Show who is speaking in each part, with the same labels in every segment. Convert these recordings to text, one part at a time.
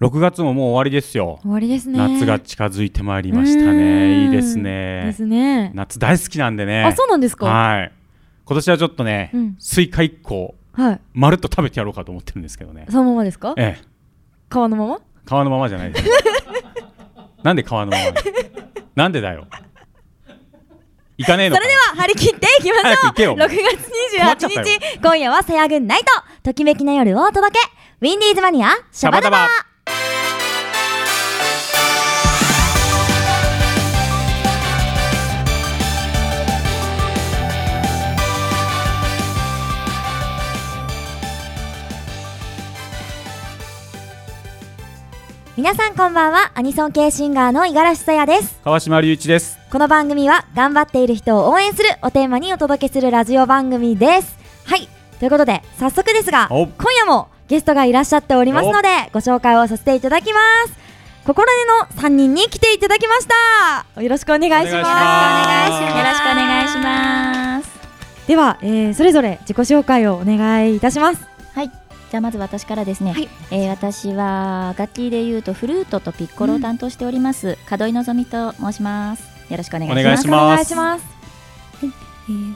Speaker 1: 6月ももう終わりですよ。
Speaker 2: 終わりですね。
Speaker 1: 夏が近づいてまいりましたね。
Speaker 2: うん
Speaker 1: いいです
Speaker 2: で
Speaker 1: ね。
Speaker 2: すね。
Speaker 1: 夏大好きなんでね。
Speaker 2: あ、そうなんですか。は
Speaker 1: はい。今年はちょっとね、
Speaker 2: うん
Speaker 1: スイカ1個、
Speaker 2: い。
Speaker 1: まるっと食べてやろうかと思ってるんですけどね。
Speaker 2: そのままですか。
Speaker 1: ええ、
Speaker 2: 皮のまま。
Speaker 1: 皮のままじゃない です。なんで皮のままなのなんでだよ。行かねえの
Speaker 2: そ
Speaker 1: か
Speaker 2: れでは張り切っていきま
Speaker 1: 早く行け
Speaker 2: しょ
Speaker 1: よ
Speaker 2: う。6月
Speaker 1: 困っ
Speaker 2: 28
Speaker 1: ちゃっ
Speaker 2: 日、今夜はさやぐんナイト、ときめきな夜をお届け、ウィンディーズマニア、シャバダバ。皆さんこんばんは、アニソン系シンガーの五十嵐さやです。
Speaker 1: 川島隆一です。
Speaker 2: この番組は頑張っている人を応援するおテーマにお届けするラジオ番組です。はい。ということで、早速ですが、
Speaker 1: お
Speaker 2: 今夜もゲストがいらっしゃっておりますので、ご紹介をさせていただきます。心根の3人に来ていただきました。よろしくお願いしま
Speaker 1: お願
Speaker 2: す。
Speaker 1: いします
Speaker 2: よ
Speaker 1: よ
Speaker 2: ろ
Speaker 1: ろ
Speaker 2: し
Speaker 1: し
Speaker 2: く
Speaker 1: く
Speaker 2: お
Speaker 1: お
Speaker 2: 願
Speaker 3: 願
Speaker 2: い
Speaker 3: い
Speaker 2: し
Speaker 3: し
Speaker 2: ま。
Speaker 3: ます
Speaker 2: では、えーそれぞれ自己紹介をお願いいたします。
Speaker 3: じゃあまず私からですね、
Speaker 2: はい
Speaker 3: えー私は楽器でいうとフルートとピッコロを担当しております、門井のぞみと申しますよろしくお願いしま
Speaker 1: お願いし
Speaker 3: す
Speaker 1: ます
Speaker 2: お願いします。
Speaker 4: えー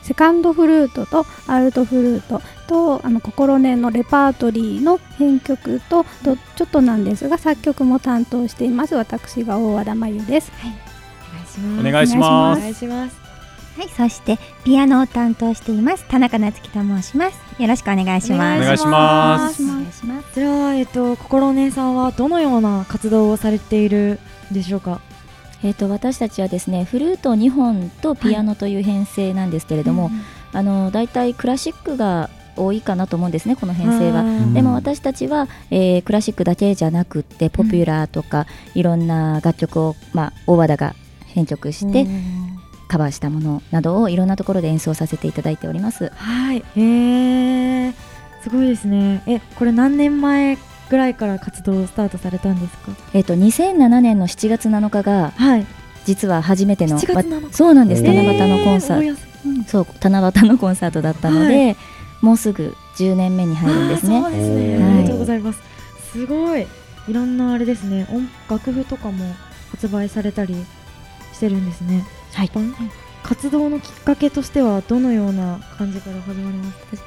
Speaker 4: セカンドフルートとアルトフルートとあの心根のレパートリーの編曲ととちょっとなんですが作曲も担当しています私が大和田真由です
Speaker 1: お願いしま
Speaker 2: お
Speaker 1: す。
Speaker 2: 願いします。
Speaker 5: はい、そしてピアノを担当しています田中夏樹と申します。よろしくお願いし
Speaker 1: お
Speaker 5: ます。
Speaker 1: 願いします
Speaker 3: お願いします
Speaker 2: それは、えっと、心お姉さんはどのような活動をされているんでしょうか。
Speaker 3: えーと私たちはですねフルート2本とピアノという編成なんですけれども、あのだいたいクラシックが多いかなと思うんですねこの編成は
Speaker 2: う。ん
Speaker 1: うん
Speaker 3: でも私たちは、えークラシックだけじゃなくってポピュラーとか、いろんな楽曲を、まあ、大和田が編曲して、
Speaker 2: うん
Speaker 3: カバーしたものなどをいろんなところで演奏させていただいております。
Speaker 2: はいへえすごいですねえこれ何年前ぐらいから活動をスタートされたんですか
Speaker 3: えっと2007年の7月7日が
Speaker 2: はい
Speaker 3: 実は初めての
Speaker 2: 7月7
Speaker 3: わそうなんです
Speaker 1: へー
Speaker 3: 七夕のコンサート、
Speaker 2: ト
Speaker 3: そう七夕のコンサートだったので、
Speaker 2: は
Speaker 3: もうすぐ10年目に入るんですね
Speaker 2: そうですね
Speaker 1: お
Speaker 3: ー
Speaker 2: ありがとうございますすごいいろんなあれですね音楽譜とかも発売されたりしてるんですね
Speaker 3: はい
Speaker 2: 出版活動のきっかけとしてはどのような感じから始まりますか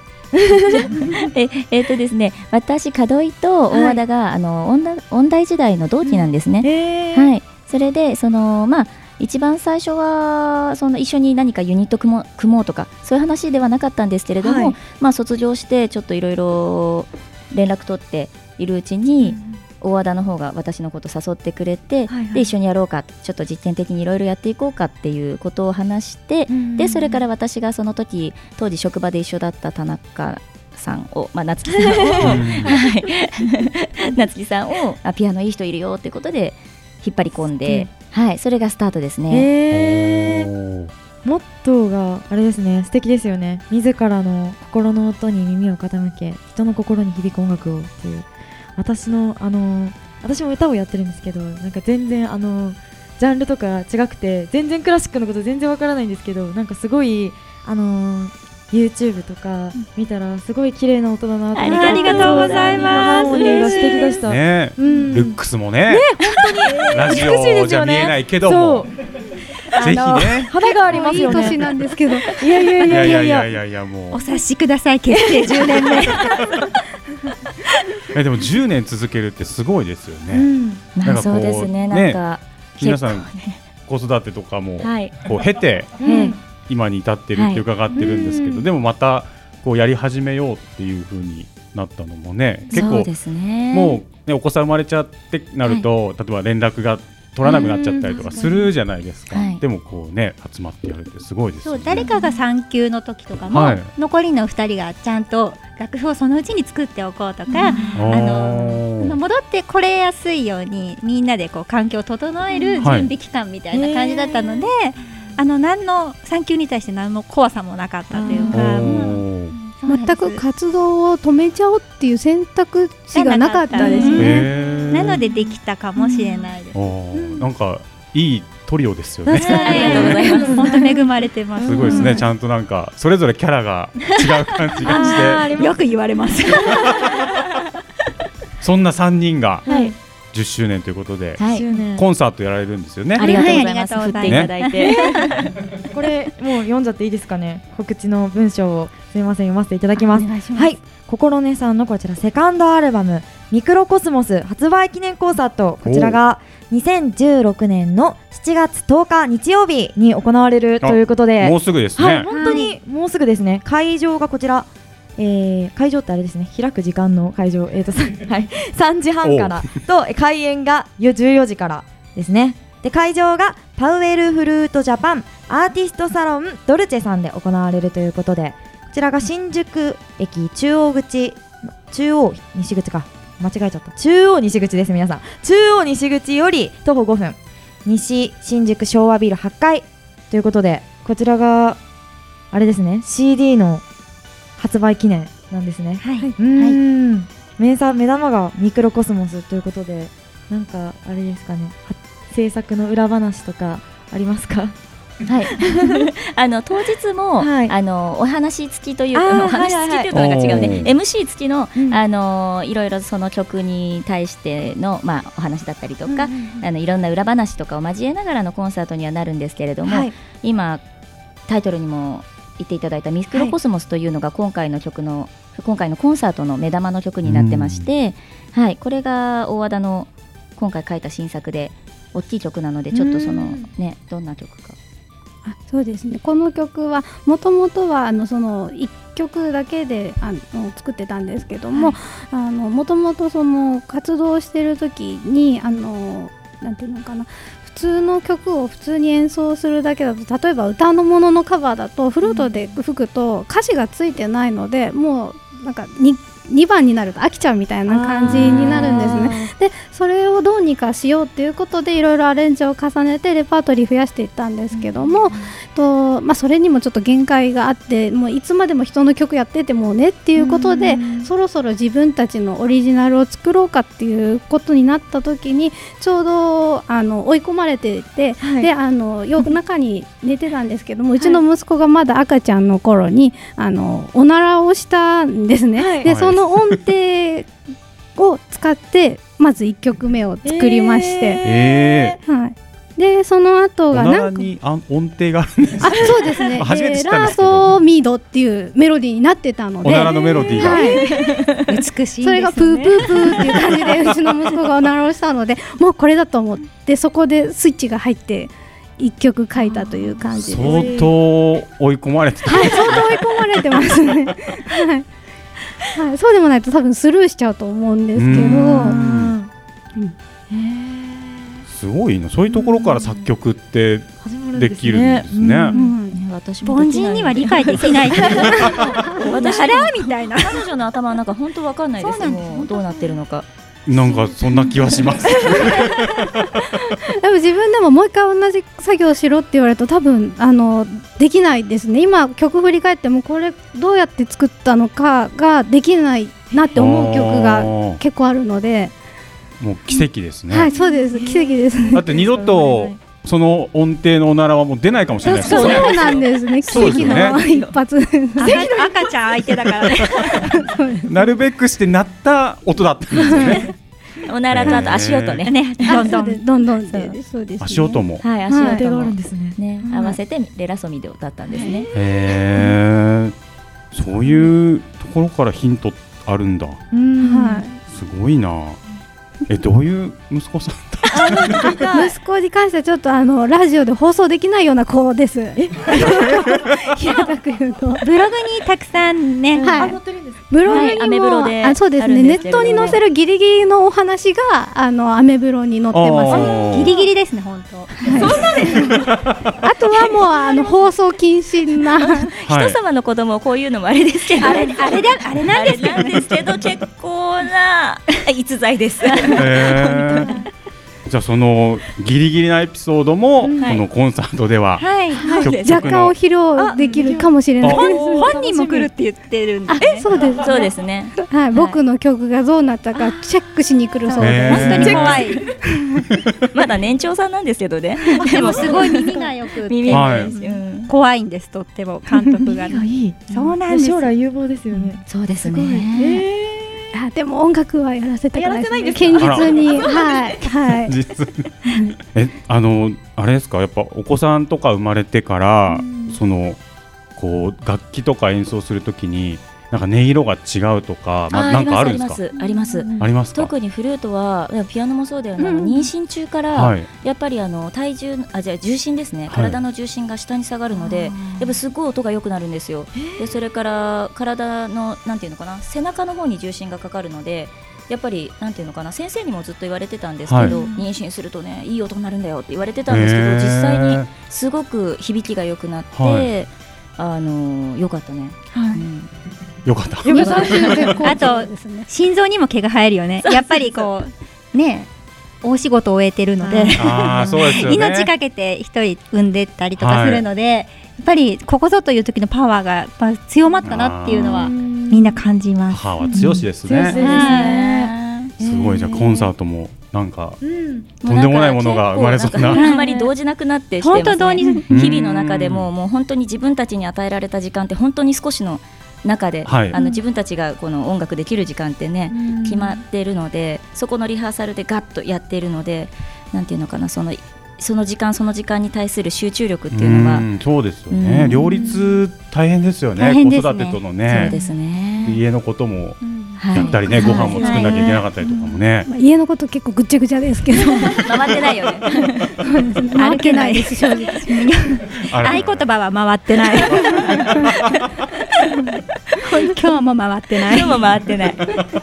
Speaker 3: ええっとですね私門井と大和田が、あの音大音大時代の同期なんですね、
Speaker 2: えー
Speaker 3: はいそれでそのまあ一番最初はその一緒に何かユニット組もう組もうとかそういう話ではなかったんですけれども、
Speaker 2: はい
Speaker 3: まあ卒業してちょっといろいろ連絡取っているうち
Speaker 2: うん
Speaker 3: に、大和田の方が私のこと誘ってくれて、
Speaker 2: はいはい
Speaker 3: で一緒にやろうかちょっと実験的にいろいろやっていこうかっていうことを話して、
Speaker 2: うん
Speaker 3: でそれから私がその時当時職場で一緒だった田中さんを、まあ、夏 木さんを、はい、 夏木さんをあピアノいい人いるよってことで引っ張り込んで、はい、それがスタートですね。
Speaker 2: えー
Speaker 1: おー
Speaker 2: モットーがあれですね素敵ですよね自らの心の音に耳を傾け人の心に響く音楽をっていう私のあの私も歌をやってるんですけどなんか全然あのジャンルとか違くて全然クラシックのこと全然わからないんですけどなんかすごいあの YouTube とか見たらすごい綺麗な音だなと思って
Speaker 3: ありがとうございま
Speaker 2: ハ
Speaker 3: す
Speaker 2: ーモニーが素敵でした、
Speaker 1: ねえ
Speaker 2: うん
Speaker 1: ルックスもねラジ
Speaker 2: 美しいで
Speaker 1: オ
Speaker 2: す
Speaker 1: じゃ
Speaker 2: よね
Speaker 1: 見えないけど
Speaker 2: そう
Speaker 1: もぜひね
Speaker 2: 花がありますよ
Speaker 4: いい年
Speaker 2: ね
Speaker 4: なんですけど
Speaker 2: いやいやい
Speaker 1: いや
Speaker 2: や
Speaker 1: い
Speaker 2: いや
Speaker 1: や
Speaker 2: い
Speaker 1: い
Speaker 2: や
Speaker 1: やいやいやもう
Speaker 5: お察しください結成10 年目
Speaker 1: えでも10年続けるってすごいですよ
Speaker 2: う
Speaker 1: ね。
Speaker 2: ん
Speaker 3: ま
Speaker 1: なん
Speaker 3: あ
Speaker 1: かこう
Speaker 3: そうですねな
Speaker 1: ね
Speaker 3: んか
Speaker 1: 皆さん
Speaker 3: 結構ね
Speaker 1: 子育てとかも
Speaker 3: はい
Speaker 1: こう経て
Speaker 2: うん
Speaker 1: 今に至ってるって伺ってるんですけ
Speaker 2: は
Speaker 1: ど、
Speaker 2: い
Speaker 1: でもまたこうやり始めようっていう風になったのもね、結
Speaker 3: そう
Speaker 1: 構
Speaker 3: ですね
Speaker 1: もうねお子さん生まれちゃってなると例えば連絡が取らなくなっちゃったりとかするじゃないですか
Speaker 3: はい。
Speaker 1: でもこうね集まってやるってすごいです
Speaker 5: そ
Speaker 1: よ
Speaker 5: う
Speaker 1: ね。
Speaker 5: 誰かが産休の時とかも、
Speaker 1: はい
Speaker 5: 残りの2人がちゃんと楽譜をそのうちに作っておこうとか、
Speaker 1: お
Speaker 5: あの
Speaker 1: ー
Speaker 5: 戻ってこれやすいようにみんなでこう環境を整える準
Speaker 1: はい
Speaker 5: 備期間みたいな感じだったので、あの何の産休に対して何の怖さもなかったというか
Speaker 1: お。
Speaker 5: も
Speaker 1: ー
Speaker 5: うそうなんで
Speaker 4: 全
Speaker 5: す
Speaker 4: く活動を止めちゃおうっていう選択肢がなかったです
Speaker 5: うん
Speaker 4: ね。
Speaker 1: へー
Speaker 5: なのでできたかもしれないです。
Speaker 1: あーなんかいいトリオですよね。
Speaker 2: 確かに
Speaker 5: ありがとうございます。本当恵まれてます。
Speaker 1: すごいです
Speaker 2: う
Speaker 1: ね、
Speaker 2: ん
Speaker 1: ちゃんとなんか、それぞれキャラが違う感じがし
Speaker 2: あります
Speaker 5: よく言われます。
Speaker 1: て、そんな3人が
Speaker 2: はい
Speaker 1: 10周年ということで、
Speaker 3: はい
Speaker 2: 周年
Speaker 1: コンサートやられるんですよね
Speaker 3: ありがとうございます。
Speaker 5: はい
Speaker 3: 振っていただいて、
Speaker 2: これもう読んじゃっていいですかね告知の文章をすみません読ませていただきます
Speaker 4: お願いします。
Speaker 2: はい、心音さんのこちらセカンドアルバム「ミクロコスモス」発売記念コンサートこちらが2016年の7月10日日曜日に行われるということで
Speaker 1: もうすぐです
Speaker 2: はい、
Speaker 1: ね。
Speaker 2: 本当にもうすぐですね、会場がこちら、えー、会場ってあれですね、開く時間の会場、えーとさはい、3時半からと、え開演がよ14時からですね。で会場がパウエルフルートジャパンアーティストサロンドルチェさんで行われるということでこちらが新宿駅中央口中央西口か間違えちゃった中央西口です皆さん中央西口より徒歩5分西新宿昭和ビル8階ということでこちらがあれですね CD の発売記念なんですね
Speaker 5: は
Speaker 2: う
Speaker 5: い、
Speaker 2: ーん名産目玉がミクロコスモスということでなんかあれですかねは制作の裏話とかありますか
Speaker 3: はい、 あの当日も、
Speaker 2: はい
Speaker 3: あのお話付きという
Speaker 2: あー
Speaker 3: あのお話付きというとなんか違うね、
Speaker 1: はいはいはい
Speaker 3: MC 付きの、
Speaker 2: うん
Speaker 3: あのいろいろその曲に対してのまあお話だったりとか、あのいろんな裏話とかを交えながらのコンサートにはなるんですけれども、
Speaker 2: はい
Speaker 3: 今タイトルにも言っていただいた「ミクロコスモス」というのが今回の曲の、今回のコンサートの目玉の曲になってまして、はい、これが大和田の今回書いた新作で大きい曲なのでちょっとその
Speaker 2: うん
Speaker 3: ねどんな曲か。
Speaker 4: あそうですねこの曲はもともとはあのその1曲だけであの作ってたんですけどももともとその活動してる時にあのなんていうのかな普通の曲を普通に演奏するだけだと例えば歌のもののカバーだとフルートで吹くと歌詞がついてないのでもうなんか 2, 2番になると飽きちゃうみたいな感じになるんですね。
Speaker 2: ね
Speaker 4: でそれをどうにかしようということでいろいろアレンジを重ねてレパートリー増やしていったんですけども、とまあ、それにもちょっと限界があってもういつまでも人の曲やっててもねっていうことで、そろそろ自分たちのオリジナルを作ろうかっていうことになった時にちょうどあの追い込まれていて、
Speaker 2: はい
Speaker 4: であの 夜中に寝てたんですけども、うちの息子がまだ赤ちゃんの頃にあのおならをしたんですね。
Speaker 2: はい
Speaker 4: で
Speaker 1: はい
Speaker 4: その音程を使ってまず1曲目を作りまして、
Speaker 1: え
Speaker 4: はい、でその後
Speaker 1: お
Speaker 4: が
Speaker 1: なら
Speaker 4: なんか
Speaker 1: にあ音程があるんです
Speaker 4: あそうですね
Speaker 1: 初めて知ったん
Speaker 4: ラ
Speaker 1: で
Speaker 4: ー
Speaker 1: すけど
Speaker 4: ソーミードっていうメロディーになってたの
Speaker 1: お
Speaker 4: で。
Speaker 1: ならのメロディーが。
Speaker 4: はい、
Speaker 5: 美しいんです、ね。
Speaker 4: それがプープープーっていう感じでうちの息子がおならをしたの でもうこれだと思ってそこでスイッチが入って一曲書いたという感じです。
Speaker 1: 相当追い込まれてた。
Speaker 4: はい、相当追い込まれてます ね。はい、はい、そうでもないと多分スルーしちゃうと思うんですけ
Speaker 1: う
Speaker 4: ど、
Speaker 1: んすごいな。そういうところから作曲って
Speaker 2: 始まるん
Speaker 1: できるんですね。
Speaker 2: うん
Speaker 4: うん、
Speaker 3: ね私も
Speaker 5: 凡人には理解できないっていう。
Speaker 3: 私
Speaker 5: あれみたいな。
Speaker 3: 彼女の頭なんか本当わかんないです
Speaker 5: そうなんです
Speaker 3: もうどうなってるのか
Speaker 1: なんかそんな気はします。
Speaker 4: 多分自分でももう一回同じ作業しろって言われると多分あのできないですね今曲振り返ってもこれどうやって作ったのかができないなって思う曲
Speaker 1: あ
Speaker 4: が
Speaker 1: ー
Speaker 4: 結構あるので、
Speaker 1: もう奇跡ですね。
Speaker 4: はいそうです奇跡ですね
Speaker 1: だって二度とその音程のおならはもう出ないかもしれないです
Speaker 4: そう
Speaker 1: よね。
Speaker 4: なんですね奇
Speaker 1: そうです
Speaker 4: 跡
Speaker 1: よね
Speaker 4: の一発
Speaker 5: 赤ちゃん相手だからね。
Speaker 1: なるべくして鳴った音だったんですよね。
Speaker 3: おならとあと足音ね
Speaker 5: ね、どんどん。
Speaker 4: どんどんってそうですね
Speaker 1: 足音も。
Speaker 3: はい足
Speaker 2: はい、
Speaker 3: 音
Speaker 2: がある
Speaker 3: も
Speaker 2: んですね。
Speaker 3: ね
Speaker 2: はい
Speaker 3: 合わせてレラソミで歌ったんですね
Speaker 1: へえ。そういうところからヒントあるんだ。
Speaker 2: うん
Speaker 4: は
Speaker 1: すごいな。えどういう息子さんだった
Speaker 4: い、息子に関してはちょっとあのラジオで放送できないような子です。 平たく言うと
Speaker 5: ブログにたくさんね、
Speaker 4: はい
Speaker 2: あ載ってるんです
Speaker 4: ブログ
Speaker 3: はいア
Speaker 4: に
Speaker 3: メブ
Speaker 4: も、
Speaker 3: ロで
Speaker 4: あそうです
Speaker 3: ある
Speaker 4: ね
Speaker 3: ん
Speaker 4: ネ
Speaker 3: ですけれ
Speaker 4: ッ
Speaker 3: ど
Speaker 4: ト
Speaker 3: も
Speaker 4: に載せるギリギリのお話があのアメブロに載ってます。
Speaker 1: あー
Speaker 5: ギリギリですね、本当。
Speaker 4: あとはもうあの放送禁止な
Speaker 1: はい
Speaker 3: 人様の子供をこういうのもあれですけど
Speaker 5: あれ、あれだ、あれなんですけど
Speaker 3: あれなんですけど結構な逸材 ですは
Speaker 1: へーじゃあそのギリギリなエピソードもこ
Speaker 3: はい
Speaker 1: のコンサートでは
Speaker 5: はい。
Speaker 1: 曲
Speaker 4: 若
Speaker 1: 曲
Speaker 4: 干
Speaker 1: の
Speaker 4: を披露できるかもしれない
Speaker 1: あ
Speaker 4: です。
Speaker 5: 本人も来るって言ってるんで
Speaker 4: あ、そうです。
Speaker 3: そうですね
Speaker 4: はい、僕の曲がどうなったかチェックしに来るそう
Speaker 1: へ
Speaker 4: で
Speaker 1: ー
Speaker 4: す。
Speaker 5: 本当に怖い。
Speaker 3: まだ年長さんなんですけどね
Speaker 5: でもすごい耳がよく
Speaker 3: 耳
Speaker 1: は
Speaker 3: が
Speaker 1: い
Speaker 3: いいですうん
Speaker 5: 怖いんです、と っても監督が
Speaker 2: 耳。がいい。
Speaker 5: そうなんです
Speaker 2: 将来有望ですよね。
Speaker 3: そうです
Speaker 2: すごい。
Speaker 3: ね
Speaker 2: え
Speaker 4: やでも音楽はやらせてください
Speaker 2: やらせないんですか
Speaker 4: 堅実
Speaker 2: あ
Speaker 4: に
Speaker 2: ら
Speaker 4: はいはい
Speaker 1: 実にえあのあれですかやっぱお子さんとか生まれてから、そのこう楽器とか演奏するときになんか音色が違うとか、ま、なんかあるんですかあり
Speaker 3: ありますありますあります
Speaker 1: ますか
Speaker 3: 特にフルートはピアノもそうだよね、あの
Speaker 4: うん
Speaker 3: 妊娠中から、
Speaker 1: はい
Speaker 3: やっぱりあの体重あじゃあ重心ですね
Speaker 1: はい
Speaker 3: 体の重心が下に下がるので、やっぱすごい音が良くなるんですよ、でそれから体のなんていうのかな背中の方に重心がかかるのでやっぱりなんていうのかな先生にもずっと言われてたんですけど、
Speaker 2: はい
Speaker 3: 妊娠するとねいい音になるんだよって言われてたんですけど、実際に
Speaker 1: に
Speaker 3: すごく響きが良くなって、
Speaker 1: はい
Speaker 3: あの良かったね、うん
Speaker 1: よか った
Speaker 4: よかった絶好調
Speaker 5: あと
Speaker 4: ですね
Speaker 5: 心臓にも毛が生えるよねやっぱりこうね大仕事を終えてるので
Speaker 2: はい
Speaker 1: ああそうですよね
Speaker 5: 命かけて一人産んでったりとかするので、やっぱりここぞという時のパワーがやっぱ強まったなっていうのはみ
Speaker 4: み
Speaker 5: んな感じます。
Speaker 1: 母は強しです
Speaker 2: 強しです
Speaker 1: ね、
Speaker 2: ね
Speaker 1: すごいじゃあコンサートもなんか
Speaker 2: うん
Speaker 1: とんでもないものが生まれそうな
Speaker 3: もか結構んかあんまり動じなくなってしてます、ね、
Speaker 5: 本当にどうに
Speaker 1: うん
Speaker 3: 日々の中でももう本当に自分たちに与えられた時間って本当に少しの中で、
Speaker 1: はい
Speaker 3: あの自分たちがこの音楽できる時間ってね、決まってるのでそこのリハーサルでガッとやってるのでなんていうのかなそのその時間その時間に対する集中力っていうのは、
Speaker 1: んそうですよね、
Speaker 3: うん
Speaker 1: 両立大変ですよね
Speaker 5: 大変ですね
Speaker 1: 子育てとの
Speaker 3: そうで
Speaker 1: ね
Speaker 3: すね。
Speaker 1: 家のことも
Speaker 3: はい
Speaker 1: やったりね、ご飯も作んなきゃいけなかったりとかもね、
Speaker 4: まあ家のこと結構ぐっちゃぐちゃですけど
Speaker 3: 回ってないよね。
Speaker 4: 歩けないです正直
Speaker 1: あれ
Speaker 5: 合言葉は回ってない。 今日も回ってない。
Speaker 3: 今日も回ってない。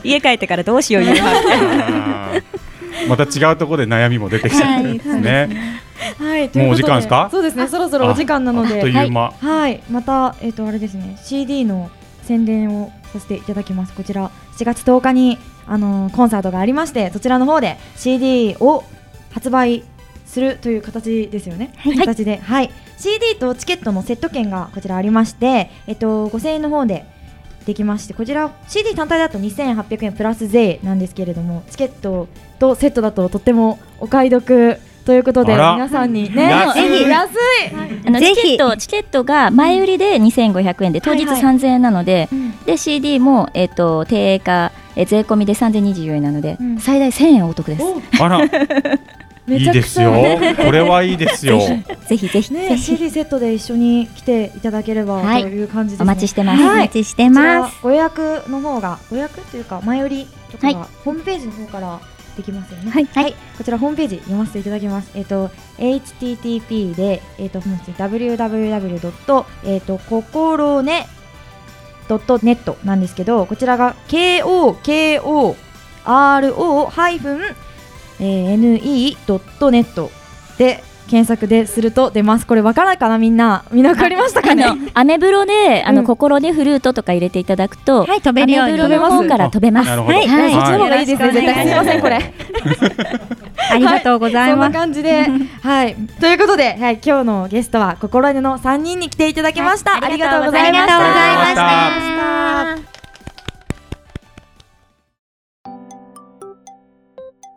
Speaker 3: 家帰ってからどうしよう夕飯。
Speaker 1: あー また違うところで悩みも出てきちゃうんですね。
Speaker 2: はいとい
Speaker 1: もうお
Speaker 2: こ
Speaker 1: 時
Speaker 2: と
Speaker 1: 間ですか
Speaker 2: そうですねそろそろお時間なの
Speaker 1: あ
Speaker 2: で
Speaker 1: っという間。
Speaker 2: はい、また、えっ、と、あれですね、CD の宣伝をさせていただきます。こちら、7月10日に、あのーコンサートがありまして、そちらの方で CD を発売するという形ですよね。
Speaker 5: はい
Speaker 2: 形で、はい。CD とチケットのセット券がこちらありまして、えっ、と、5000円の方で、できましてこちら CD 単体だと2800円プラス税なんですけれどもチケットとセットだととってもお買い得ということで
Speaker 1: あら
Speaker 2: 皆さんにね
Speaker 1: 安
Speaker 5: い
Speaker 2: ぜひ安い
Speaker 3: あの
Speaker 5: ぜ
Speaker 3: チ
Speaker 5: ひ
Speaker 3: ケットチケットが前売りで2500円で当日
Speaker 2: はいは
Speaker 3: 3000円なので、
Speaker 2: うん
Speaker 3: で CD もえっ、と定価えー税込みで3024円なので、
Speaker 2: うん
Speaker 3: 最大1000円お得です。
Speaker 1: あら、いいですよ。これはいいですよ。
Speaker 3: ぜひぜひ、
Speaker 2: ね
Speaker 3: ぜ
Speaker 2: CD セットで一緒に来ていただければ
Speaker 3: はい
Speaker 2: という感じです、ね
Speaker 3: お待ちしてます。
Speaker 5: お
Speaker 2: はい
Speaker 5: 待ちして
Speaker 2: こちら
Speaker 5: ます。
Speaker 2: ご予約の方がご予約というか前売りとかが、
Speaker 3: は
Speaker 2: ホームページの方からできますよね。
Speaker 4: はい
Speaker 2: こちらホームページ読ませていただきます。えっ、と http でえっ、と www. えっ、とこころね .net なんですけどこちらが kokoro- ne.net で検索ですると出ます。これわからんかなみんなみんなわかりましたかね。
Speaker 3: あのアメブロであの、
Speaker 2: うん
Speaker 3: 心でフルートとか入れていただくと、
Speaker 5: はい、飛べ
Speaker 3: ア
Speaker 5: る
Speaker 3: メ
Speaker 5: ように
Speaker 3: ブロの方から飛べます。
Speaker 1: なるほど。
Speaker 5: はい
Speaker 3: はい
Speaker 2: そっちの方がいいですね。絶対す
Speaker 5: はい
Speaker 2: みませんこれ。
Speaker 5: ありがとうござい
Speaker 2: そんな
Speaker 5: ます。
Speaker 2: 感 じで、はい、ということで、はい、今日のゲストは心根の三人に来ていただきました。
Speaker 3: はい
Speaker 2: ありがとうございまし
Speaker 1: ありがとうございました
Speaker 2: た。
Speaker 1: あ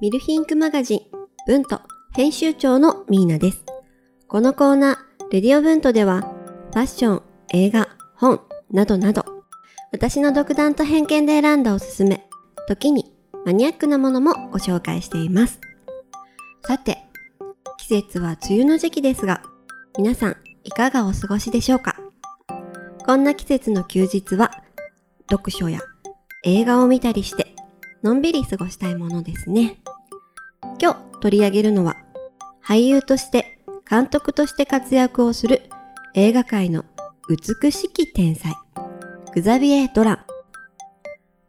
Speaker 6: ミルフィンクマガジン、ブント編集長のミーナです。このコーナー、レディオブントでは、ファッション、映画、本、などなど、私の独断と偏見で選んだおすすめ、時にマニアックなものもご紹介しています。さて、季節は梅雨の時期ですが、皆さん、いかがお過ごしでしょうかこんな季節の休日は、読書や映画を見たりして、のんびり過ごしたいものですね。今日取り上げるのは、俳優として、監督として活躍をする映画界の美しき天才、グザビエ・ドラン。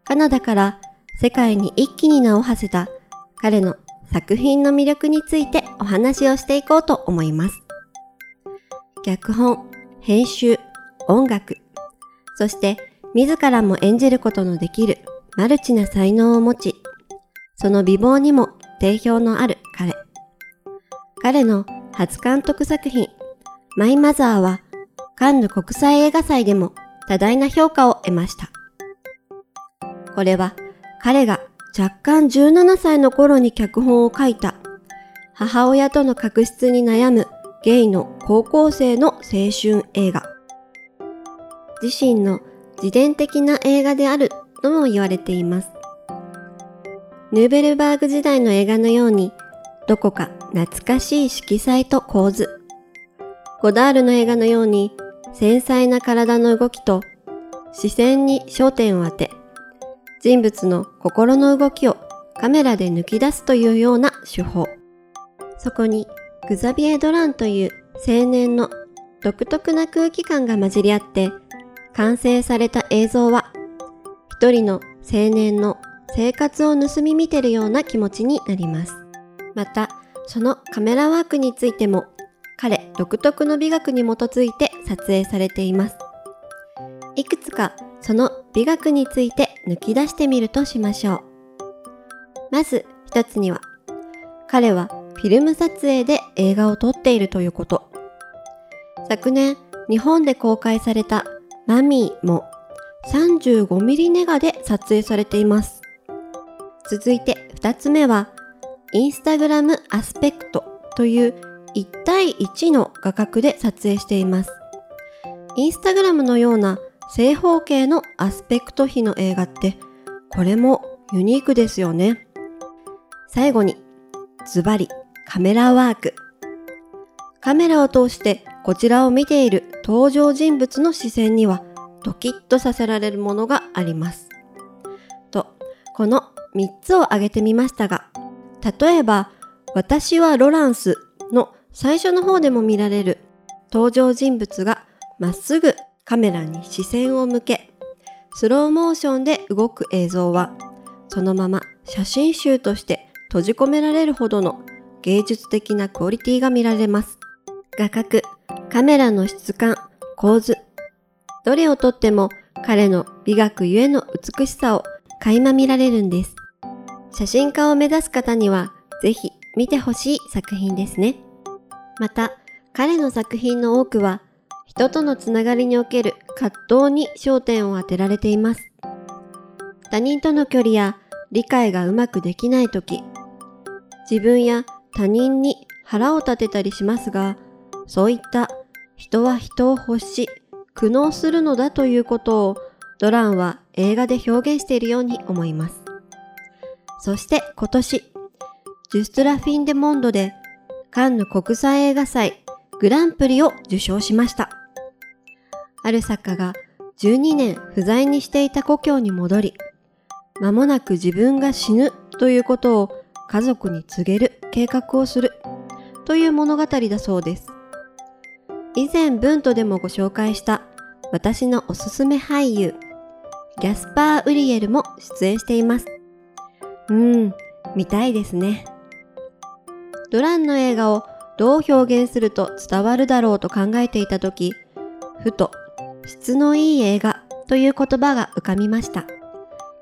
Speaker 6: カナダから世界に一気に名を馳せた彼の作品の魅力についてお話をしていこうと思います。脚本、編集、音楽、そして自らも演じることのできるマルチな才能を持ち、その美貌にも定評のある彼。彼の初監督作品、マイマザーは、カンヌ国際映画祭でも多大な評価を得ました。これは、彼が若干17歳の頃に脚本を書いた、母親との確執に悩むゲイの高校生の青春映画。自身の自伝的な映画であるとも言われています。ヌーベルバーグ時代の映画のように、どこか懐かしい色彩と構図。ゴダールの映画のように、繊細な体の動きと視線に焦点を当て、人物の心の動きをカメラで抜き出すというような手法。そこにグザビエ・ドランという青年の独特な空気感が混じり合って、完成された映像は、一人の青年の生活を盗み見てるような気持ちになります。また、そのカメラワークについても、彼独特の美学に基づいて撮影されています。いくつかその美学について抜き出してみるとしましょう。まず一つには、彼はフィルム撮影で映画を撮っているということ。昨年、日本で公開されたマミーも 35mm ネガで撮影されています。続いて二つ目は、インスタグラムアスペクトという1対1の画角で撮影しています。インスタグラムのような正方形のアスペクト比の映画ってこれもユニークですよね。最後にズバリカメラワーク。カメラを通してこちらを見ている登場人物の視線にはドキッとさせられるものがあります。と、この3つを挙げてみましたが、例えば私はロランスの最初の方でも見られる登場人物がまっすぐカメラに視線を向け、スローモーションで動く映像は、そのまま写真集として閉じ込められるほどの芸術的なクオリティが見られます。画角、カメラの質感、構図、どれをとっても彼の美学ゆえの美しさを垣間見られるんです。写真家を目指す方には、ぜひ見てほしい作品ですね。また、彼の作品の多くは、人とのつながりにおける葛藤に焦点を当てられています。他人との距離や理解がうまくできないとき、自分や他人に腹を立てたりしますが、そういった人は人を欲し、苦悩するのだということをドランは映画で表現しているように思います。そして今年、ジュストラ・フィンデモンドでカンヌ国際映画祭グランプリを受賞しました。ある作家が12年不在にしていた故郷に戻り、間もなく自分が死ぬということを家族に告げる計画をするという物語だそうです。以前文とでもご紹介した私のおすすめ俳優、ギャスパー・ウリエルも出演しています。うーん、見たいですね。ドランの映画をどう表現すると伝わるだろうと考えていた時ふと質のいい映画という言葉が浮かびました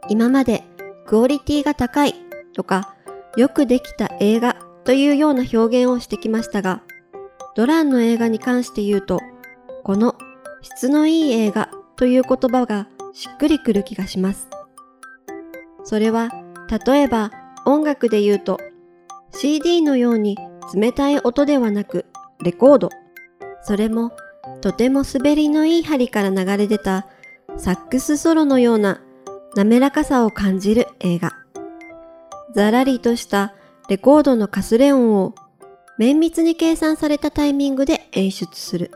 Speaker 6: 今までクオリティが高いとかよくできた映画というような表現をしてきましたがドランの映画に関して言うとこの質のいい映画という言葉がしっくりくる気がしますそれは例えば音楽で言うと CD のように冷たい音ではなくレコード。それもとても滑りのいい針から流れ出たサックスソロのような滑らかさを感じる映画。ざらりとしたレコードのかすれ音を綿密に計算されたタイミングで演出する。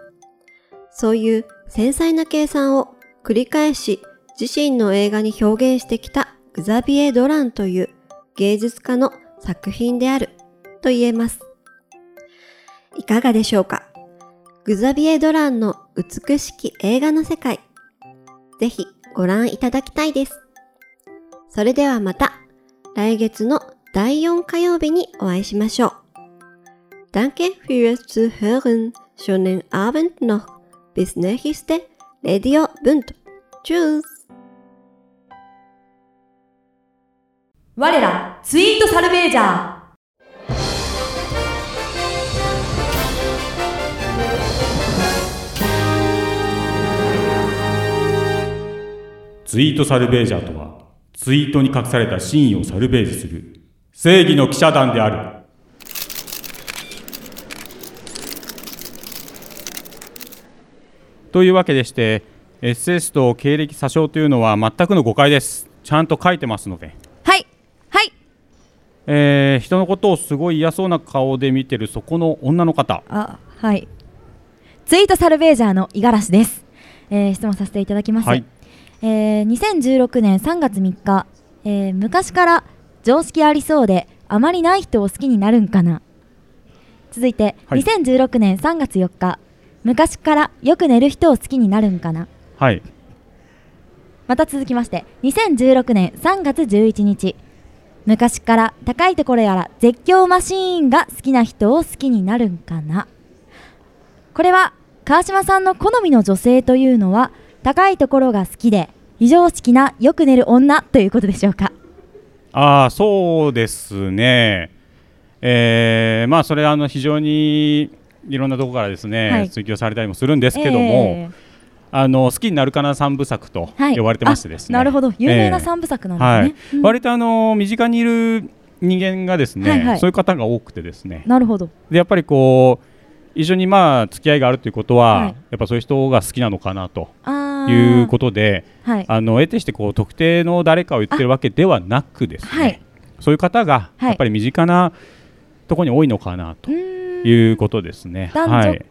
Speaker 6: そういう繊細な計算を繰り返し自身の映画に表現してきたグザビエ・ドランという芸術家の作品であると言えます。いかがでしょうかグザビエ・ドランの美しき映画の世界。ぜひご覧いただきたいです。それではまた来月の第4火曜日にお会いしましょう。Danke fürs Zuhören. Schönen Abend noch. Bis nächste Radio Bund. Tschüss.
Speaker 7: 我らスイートサルベージャー
Speaker 1: ツイートサルベージャーとは、ツイートに隠された真意をサルベージする、正義の記者団である。というわけでして、エッセイスト経歴詐称というのは全くの誤解です。ちゃんと書いてますので。
Speaker 3: はいはい
Speaker 1: えー人のことをすごい嫌そうな顔で見てるそこの女の方
Speaker 2: あはいツイートサルベージャーの五十嵐です、えー質問させていただきます、
Speaker 1: はい
Speaker 2: えー2016年3月3日、えー昔から常識ありそうであまりない人を好きになるんかな続いて、
Speaker 1: はい
Speaker 2: 2016年3月4日昔からよく寝る人を好きになるんかな
Speaker 1: はい
Speaker 2: また続きまして2016年3月11日昔から高いところやら絶叫マシーンが好きな人を好きになるんかなこれは川島さんの好みの女性というのは高いところが好きで非常識なよく寝る女ということでしょうか
Speaker 1: ああそうですねえーまあそれあの非常にいろんなところからですね、
Speaker 2: はい
Speaker 1: 追求されたりもするんですけども、
Speaker 2: え
Speaker 1: あの好きになるかな三部作と
Speaker 2: ーはい
Speaker 1: 呼ばれてましてですね、
Speaker 2: あなるほど有名な
Speaker 1: ええ
Speaker 2: 三部作な
Speaker 1: は
Speaker 2: ん
Speaker 1: い
Speaker 2: ですね、うん
Speaker 1: 割とあの身近にいる人間がですね、
Speaker 2: はいはい
Speaker 1: そういう方が多くてですね
Speaker 2: なるほど
Speaker 1: でやっぱりこう一緒にまあ付き合いがあるということは、
Speaker 2: はい
Speaker 1: やっぱそういう人が好きなのかなと
Speaker 2: あー
Speaker 1: いうことで
Speaker 2: はい
Speaker 1: あの得てしてこう特定の誰かを言ってるわけではなくですね、
Speaker 2: はい
Speaker 1: そういう方が
Speaker 2: はい
Speaker 1: やっぱり身近なところに多いのかなと
Speaker 2: うーん
Speaker 1: いうことですね。
Speaker 2: 男女
Speaker 1: はい、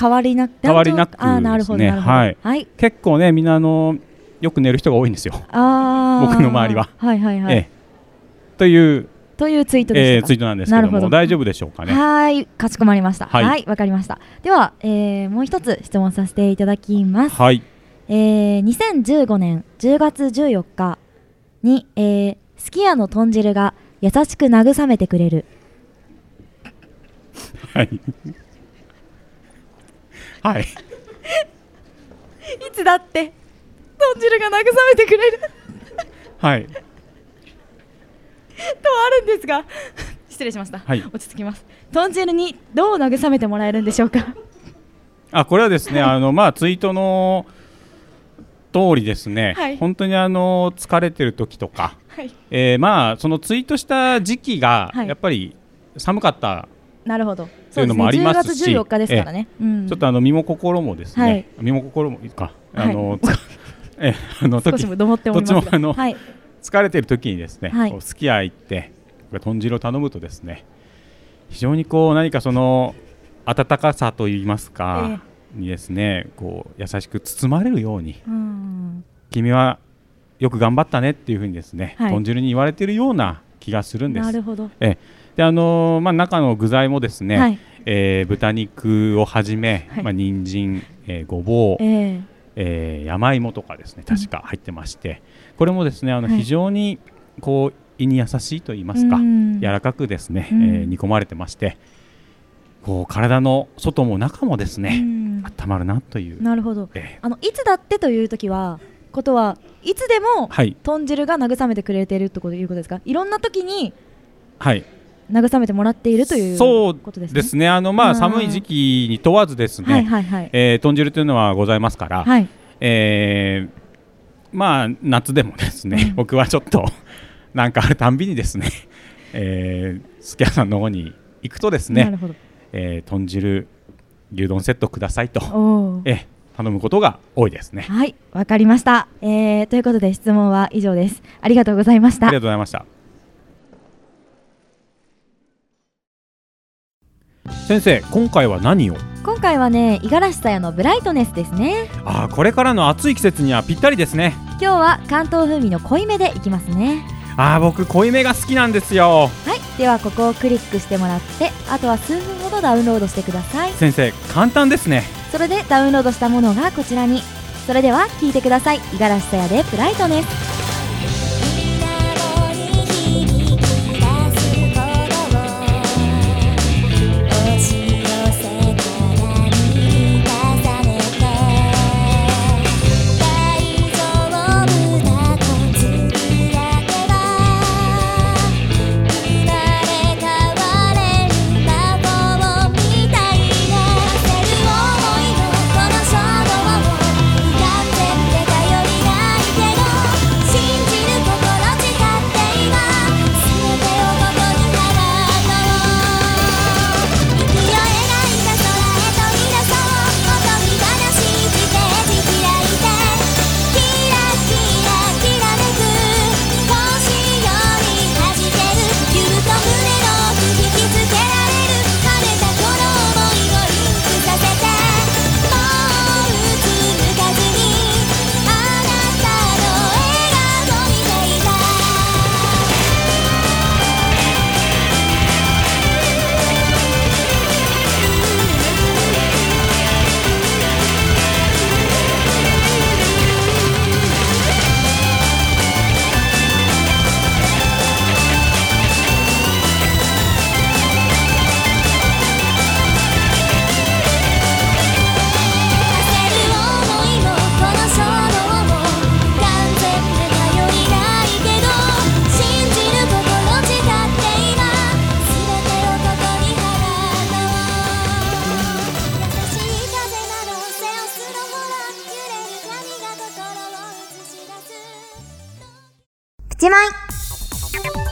Speaker 2: 変わりなく
Speaker 1: 変わりなくですね
Speaker 2: あーなるほどなるほど
Speaker 1: はい
Speaker 2: はい
Speaker 1: 結構ねみんなあのよく寝る人が多いんですよ。
Speaker 2: あー
Speaker 1: 僕の周りは。
Speaker 2: はいはいは い。
Speaker 1: ええという、
Speaker 2: というツイート
Speaker 1: え
Speaker 2: で
Speaker 1: ー
Speaker 2: した
Speaker 1: ツイー
Speaker 2: か。
Speaker 1: トなんですけど
Speaker 2: なるほ
Speaker 1: も
Speaker 2: ど
Speaker 1: 大丈夫でしょうかね。
Speaker 2: はーい、かしこまりました。
Speaker 1: は
Speaker 2: はいい、わ、かりました。では、えーもう一つ質問させていただきます。
Speaker 1: はい
Speaker 2: えー、2015年10月14日に、えー、スキヤの豚汁が優しく慰めてくれる。
Speaker 1: はい。はい。
Speaker 2: いつだって豚汁が慰めてくれる と
Speaker 1: はい。
Speaker 2: あるんですが、 失礼しました。
Speaker 1: はい
Speaker 2: 落ち着きます。豚汁にどう慰めてもらえるんでしょうか。
Speaker 1: あ、これはですね、あの、まあ、ツイートの。通りですね、
Speaker 2: はい
Speaker 1: 本当にあの疲れてる時とか、
Speaker 2: はい。
Speaker 1: えーまあそのツイートした時期が
Speaker 2: はい
Speaker 1: やっぱり寒かった、
Speaker 2: なるほど。
Speaker 1: そういうのもありますし
Speaker 2: そうですね10月14日ですからね。うん
Speaker 1: ちょっとあの身も心もですね、
Speaker 2: はい
Speaker 1: 身も心もいいか、
Speaker 2: はい
Speaker 1: あの えーあの
Speaker 2: 少
Speaker 1: 時
Speaker 2: しもどもっておりますが
Speaker 1: どっちもあの
Speaker 2: はい、
Speaker 1: 疲れてる時にですね、
Speaker 2: はい
Speaker 1: こうすき家行って豚汁を頼むとですね非常にこう何かその温かさといいますか、にですねこう優しく包まれるように
Speaker 2: うん
Speaker 1: 君はよく頑張ったねっていうふうにですね、
Speaker 2: はい
Speaker 1: 豚汁に言われてるような気がするんで
Speaker 2: な
Speaker 1: す
Speaker 2: る。ほど、
Speaker 1: であのーまあ、中の具材もですね、
Speaker 2: はい、
Speaker 1: えー豚肉をはじめ、
Speaker 2: はい
Speaker 1: まあ人参、えーごぼう
Speaker 2: え、え
Speaker 1: えー山芋とかですね確か入ってまして、これもですねあの
Speaker 2: はい
Speaker 1: 非常にこう胃に優しいと言いますか、
Speaker 2: うん
Speaker 1: 柔らかくですね、
Speaker 2: うん
Speaker 1: えー煮込まれてましてこう体の外も中もです
Speaker 2: う
Speaker 1: ね、
Speaker 2: ん
Speaker 1: 温まるなという、
Speaker 2: なるほど
Speaker 1: え
Speaker 2: あのいつだってという時はことはいつで
Speaker 1: ー
Speaker 2: も
Speaker 1: はい
Speaker 2: 豚汁が慰めてくれているってこということですかいろんな時に
Speaker 1: はい
Speaker 2: 慰めてもらっているという
Speaker 1: そう
Speaker 2: ことですね
Speaker 1: ですねあのまあ
Speaker 2: あー
Speaker 1: 寒い時期に問わずですね、
Speaker 2: はいはいはい
Speaker 1: えー豚汁というのはございますから、
Speaker 2: はい
Speaker 1: えーまあ夏でもですね、
Speaker 2: うん
Speaker 1: 僕はちょっとなんかあるたんびにですね、えー、スキャさんの方に行くとです
Speaker 2: な
Speaker 1: ね
Speaker 2: る、ほど
Speaker 1: えー、豚汁牛丼セットくださいと、
Speaker 2: おー
Speaker 1: えー頼むことが多いですね。
Speaker 2: はいわかりました、えー、ということで質問は以上ですありがとうございまし
Speaker 1: あ
Speaker 2: た
Speaker 1: りがとうございました。先生、今回は何を
Speaker 2: 今回はね五十嵐さやのブライトネスですね
Speaker 1: ああ、これからの暑い季節にはぴったりですね。
Speaker 2: 今日は関東風味の濃いめでいきますね
Speaker 1: ああ、僕濃いめが好きなんですよ。
Speaker 2: はい、ではここをクリックしてもらってあとは数分ほどダウンロードしてください
Speaker 1: 先生、簡単ですね。
Speaker 2: それでダウンロードしたものがこちらにそれでは聞いてください五十嵐さやでプライトネス
Speaker 8: 「完全で頼りないけど」「プチマイ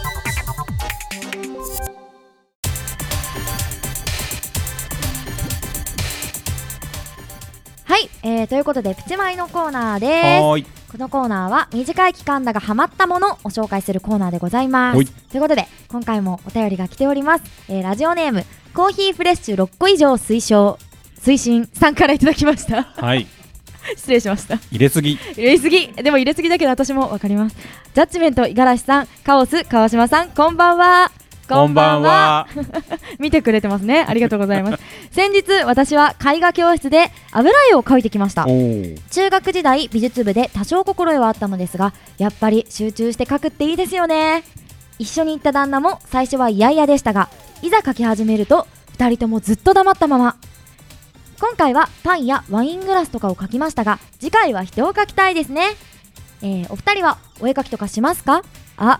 Speaker 2: はい、えーということでプチマイのコーナーです
Speaker 1: はーい。
Speaker 2: このコーナーは短い期間だがハマったものを紹介するコーナーでございま
Speaker 1: は
Speaker 2: す
Speaker 1: い
Speaker 2: ということで今回もお便りが来ております、えーラジオネームコーヒーフレッシュ6個以上推奨推進さんからいただきました
Speaker 1: はい。
Speaker 2: 失礼しました
Speaker 1: 入れすぎ。
Speaker 2: 入れすぎでも入れすぎだけど私もわかりますジャッジメント五十嵐さんカオス川島さんこんばんは見てくれてますねありがとうございます先日私は絵画教室で油絵を描いてきました
Speaker 1: こんばんは。おー
Speaker 2: 中学時代美術部で多少心得はあったのですがやっぱり集中して書くっていいですよね一緒に行った旦那も最初は嫌々でしたがいざ書き始めると2人ともずっと黙ったまま今回はパンやワイングラスとかを書きましたが次回は人を書きたいですねえーお二人はお絵描きとかしますかあ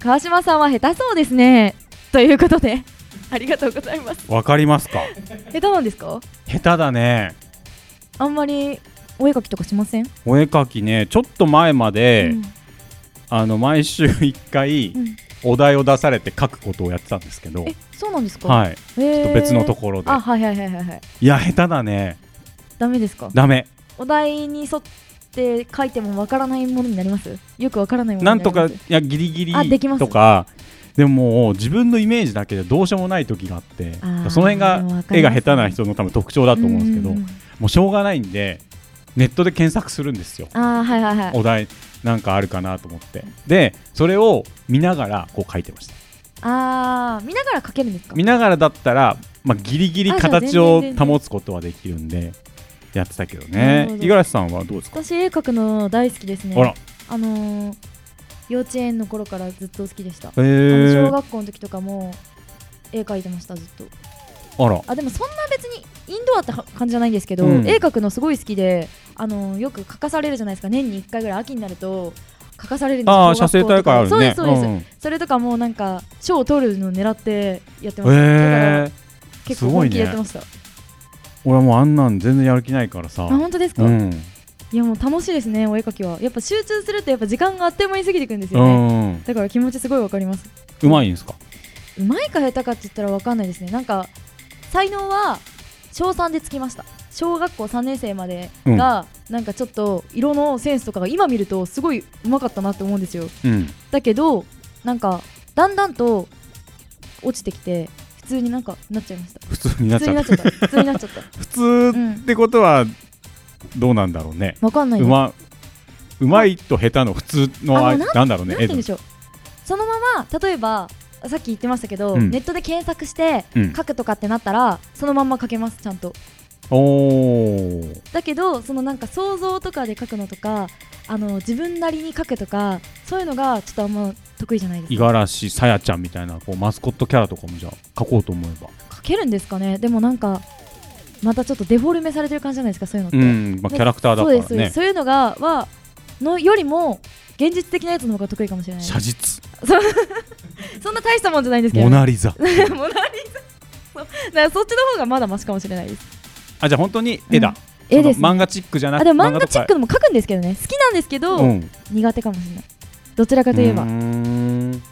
Speaker 2: 川島さんは下手そうですねということでありがとうございます
Speaker 1: わかりますか。
Speaker 2: 下手なんですか
Speaker 1: 下手だね。
Speaker 2: あんまりお絵描きとかしません、
Speaker 1: お絵描きね、ちょっと前まで、
Speaker 2: うん
Speaker 1: あの毎週 一回、
Speaker 2: うん
Speaker 1: お題を出されて書くことをやってたんですけど
Speaker 2: え、そうなんですか
Speaker 1: はい。ちょっ
Speaker 2: え
Speaker 1: と別のところで。
Speaker 2: あはいはいはいはいはい
Speaker 1: いや下手だね。
Speaker 2: ダメですか
Speaker 1: ダメ。
Speaker 2: お題に沿って書いてもわからないものになりますよくわからないもの
Speaker 1: なん
Speaker 2: にな
Speaker 1: と
Speaker 2: りま
Speaker 1: か
Speaker 2: す
Speaker 1: いやギリギ
Speaker 2: あで
Speaker 1: リ
Speaker 2: きます
Speaker 1: とか。でももう自分のイメージだけでどうしようもない時があって
Speaker 2: あー
Speaker 1: その辺
Speaker 2: でもわ
Speaker 1: が
Speaker 2: かり
Speaker 1: 絵
Speaker 2: ま
Speaker 1: が
Speaker 2: す
Speaker 1: 下手な人の多分特徴だと思うんですけど
Speaker 2: うんうん
Speaker 1: もうしょうがないんでネットで検索するんですよ
Speaker 2: うんあーはいはいはい
Speaker 1: お題なんかあるかなと思ってでそれを見ながらこう書いてました
Speaker 2: あー見ながら書けるんですか
Speaker 1: 見ながらだったら、まあ、ギリギリ
Speaker 2: あ
Speaker 1: 形
Speaker 2: じゃあ
Speaker 1: を
Speaker 2: 全然全然
Speaker 1: 保つことはできるんでやってたけど
Speaker 2: な
Speaker 1: ね
Speaker 2: るほど
Speaker 1: 五十嵐さんはどうですか
Speaker 2: 私絵描くの大好きですね
Speaker 1: あら
Speaker 2: あのー幼稚園の頃からずっと好きでした、
Speaker 1: え
Speaker 2: あの小
Speaker 1: ー、
Speaker 2: 学校の時とかも絵描いてましたずっと
Speaker 1: あら
Speaker 2: あでもそんな別にインドアって感じじゃないんですけど、
Speaker 1: うん
Speaker 2: 絵描くのすごい好きであのよく描かされるじゃないですか年に1回ぐらい秋になると描かされるんですよ
Speaker 1: あー
Speaker 2: 小
Speaker 1: 写
Speaker 2: 学校
Speaker 1: 生大
Speaker 2: と
Speaker 1: 会あ
Speaker 2: か
Speaker 1: るね
Speaker 2: そうですそうです、
Speaker 1: ん
Speaker 2: それとかもうなんか賞を取るのを狙ってやってました、だ
Speaker 1: えー
Speaker 2: から、結
Speaker 1: す
Speaker 2: 構
Speaker 1: ごいね
Speaker 2: 本気でやってました、
Speaker 1: 俺はもうあんなん全然やる気ないからさ
Speaker 2: あ本当ですか、
Speaker 1: うん
Speaker 2: いやもう楽しいですねお絵描きはやっぱ集中するとやっぱ時間があっという間に過ぎていくんです
Speaker 1: う
Speaker 2: よね、
Speaker 1: ん
Speaker 2: だから気持ちすごいわかります
Speaker 1: うまいんですか
Speaker 2: うまいか下手かって言ったらわかんないですねなんか才能は小3でつきました小学校3年生までが、なんかちょっと色のセンスとかが今見るとすごいうまかったなって思うんですよ
Speaker 1: うん
Speaker 2: だけどなんかだんだんと落ちてきて普通になんかなっちゃいました
Speaker 1: 普通になっち
Speaker 2: 普通
Speaker 1: ゃ
Speaker 2: に
Speaker 1: った
Speaker 2: なっちゃった普通になっちゃった
Speaker 1: 普通ってことはどうなんだろうね
Speaker 2: わかんないうです
Speaker 1: まうまいと下手の普通のあ
Speaker 2: あの
Speaker 1: なんだろう
Speaker 2: な
Speaker 1: ね
Speaker 2: んて
Speaker 1: 絵
Speaker 2: 言うんでしょうそのまま例えばさっき言ってましたけど、
Speaker 1: うん
Speaker 2: ネットで検索して
Speaker 1: うん
Speaker 2: 書くとかってなったらそのまんま書けますちゃんと
Speaker 1: おー
Speaker 2: だけどそのなんか想像とかで書くのとかあの自分なりに書くとかそういうのがちょっとあんま得意じゃないで
Speaker 1: 五
Speaker 2: す
Speaker 1: 十
Speaker 2: か
Speaker 1: 嵐さやちゃんみたいなこうマスコットキャラとかもじゃあ書こうと思えば
Speaker 2: 書けるんですかねでもなんかまたちょっとデフォルメされてる感じじゃないですかそういうのって、
Speaker 1: うん、まあ、キャラクターだ
Speaker 2: そ
Speaker 1: か
Speaker 2: うですそう
Speaker 1: ら
Speaker 2: で
Speaker 1: ね
Speaker 2: すそういうのがはのよりも現実的なやつの方が得意かもしれない
Speaker 1: 写実
Speaker 2: そんな大したもんじゃないんですけど
Speaker 1: モナリザ
Speaker 2: モナリザそうだからそっちの方がまだマシかもしれないです
Speaker 1: あじゃあ本当に絵だ、
Speaker 2: うん絵です
Speaker 1: その漫画チックじゃなく
Speaker 2: あ
Speaker 1: て
Speaker 2: でも漫画チック
Speaker 1: の
Speaker 2: のも書くんですけどね好きなんですけど、
Speaker 1: うん
Speaker 2: 苦手かもしれないどちらかといえば
Speaker 1: うーん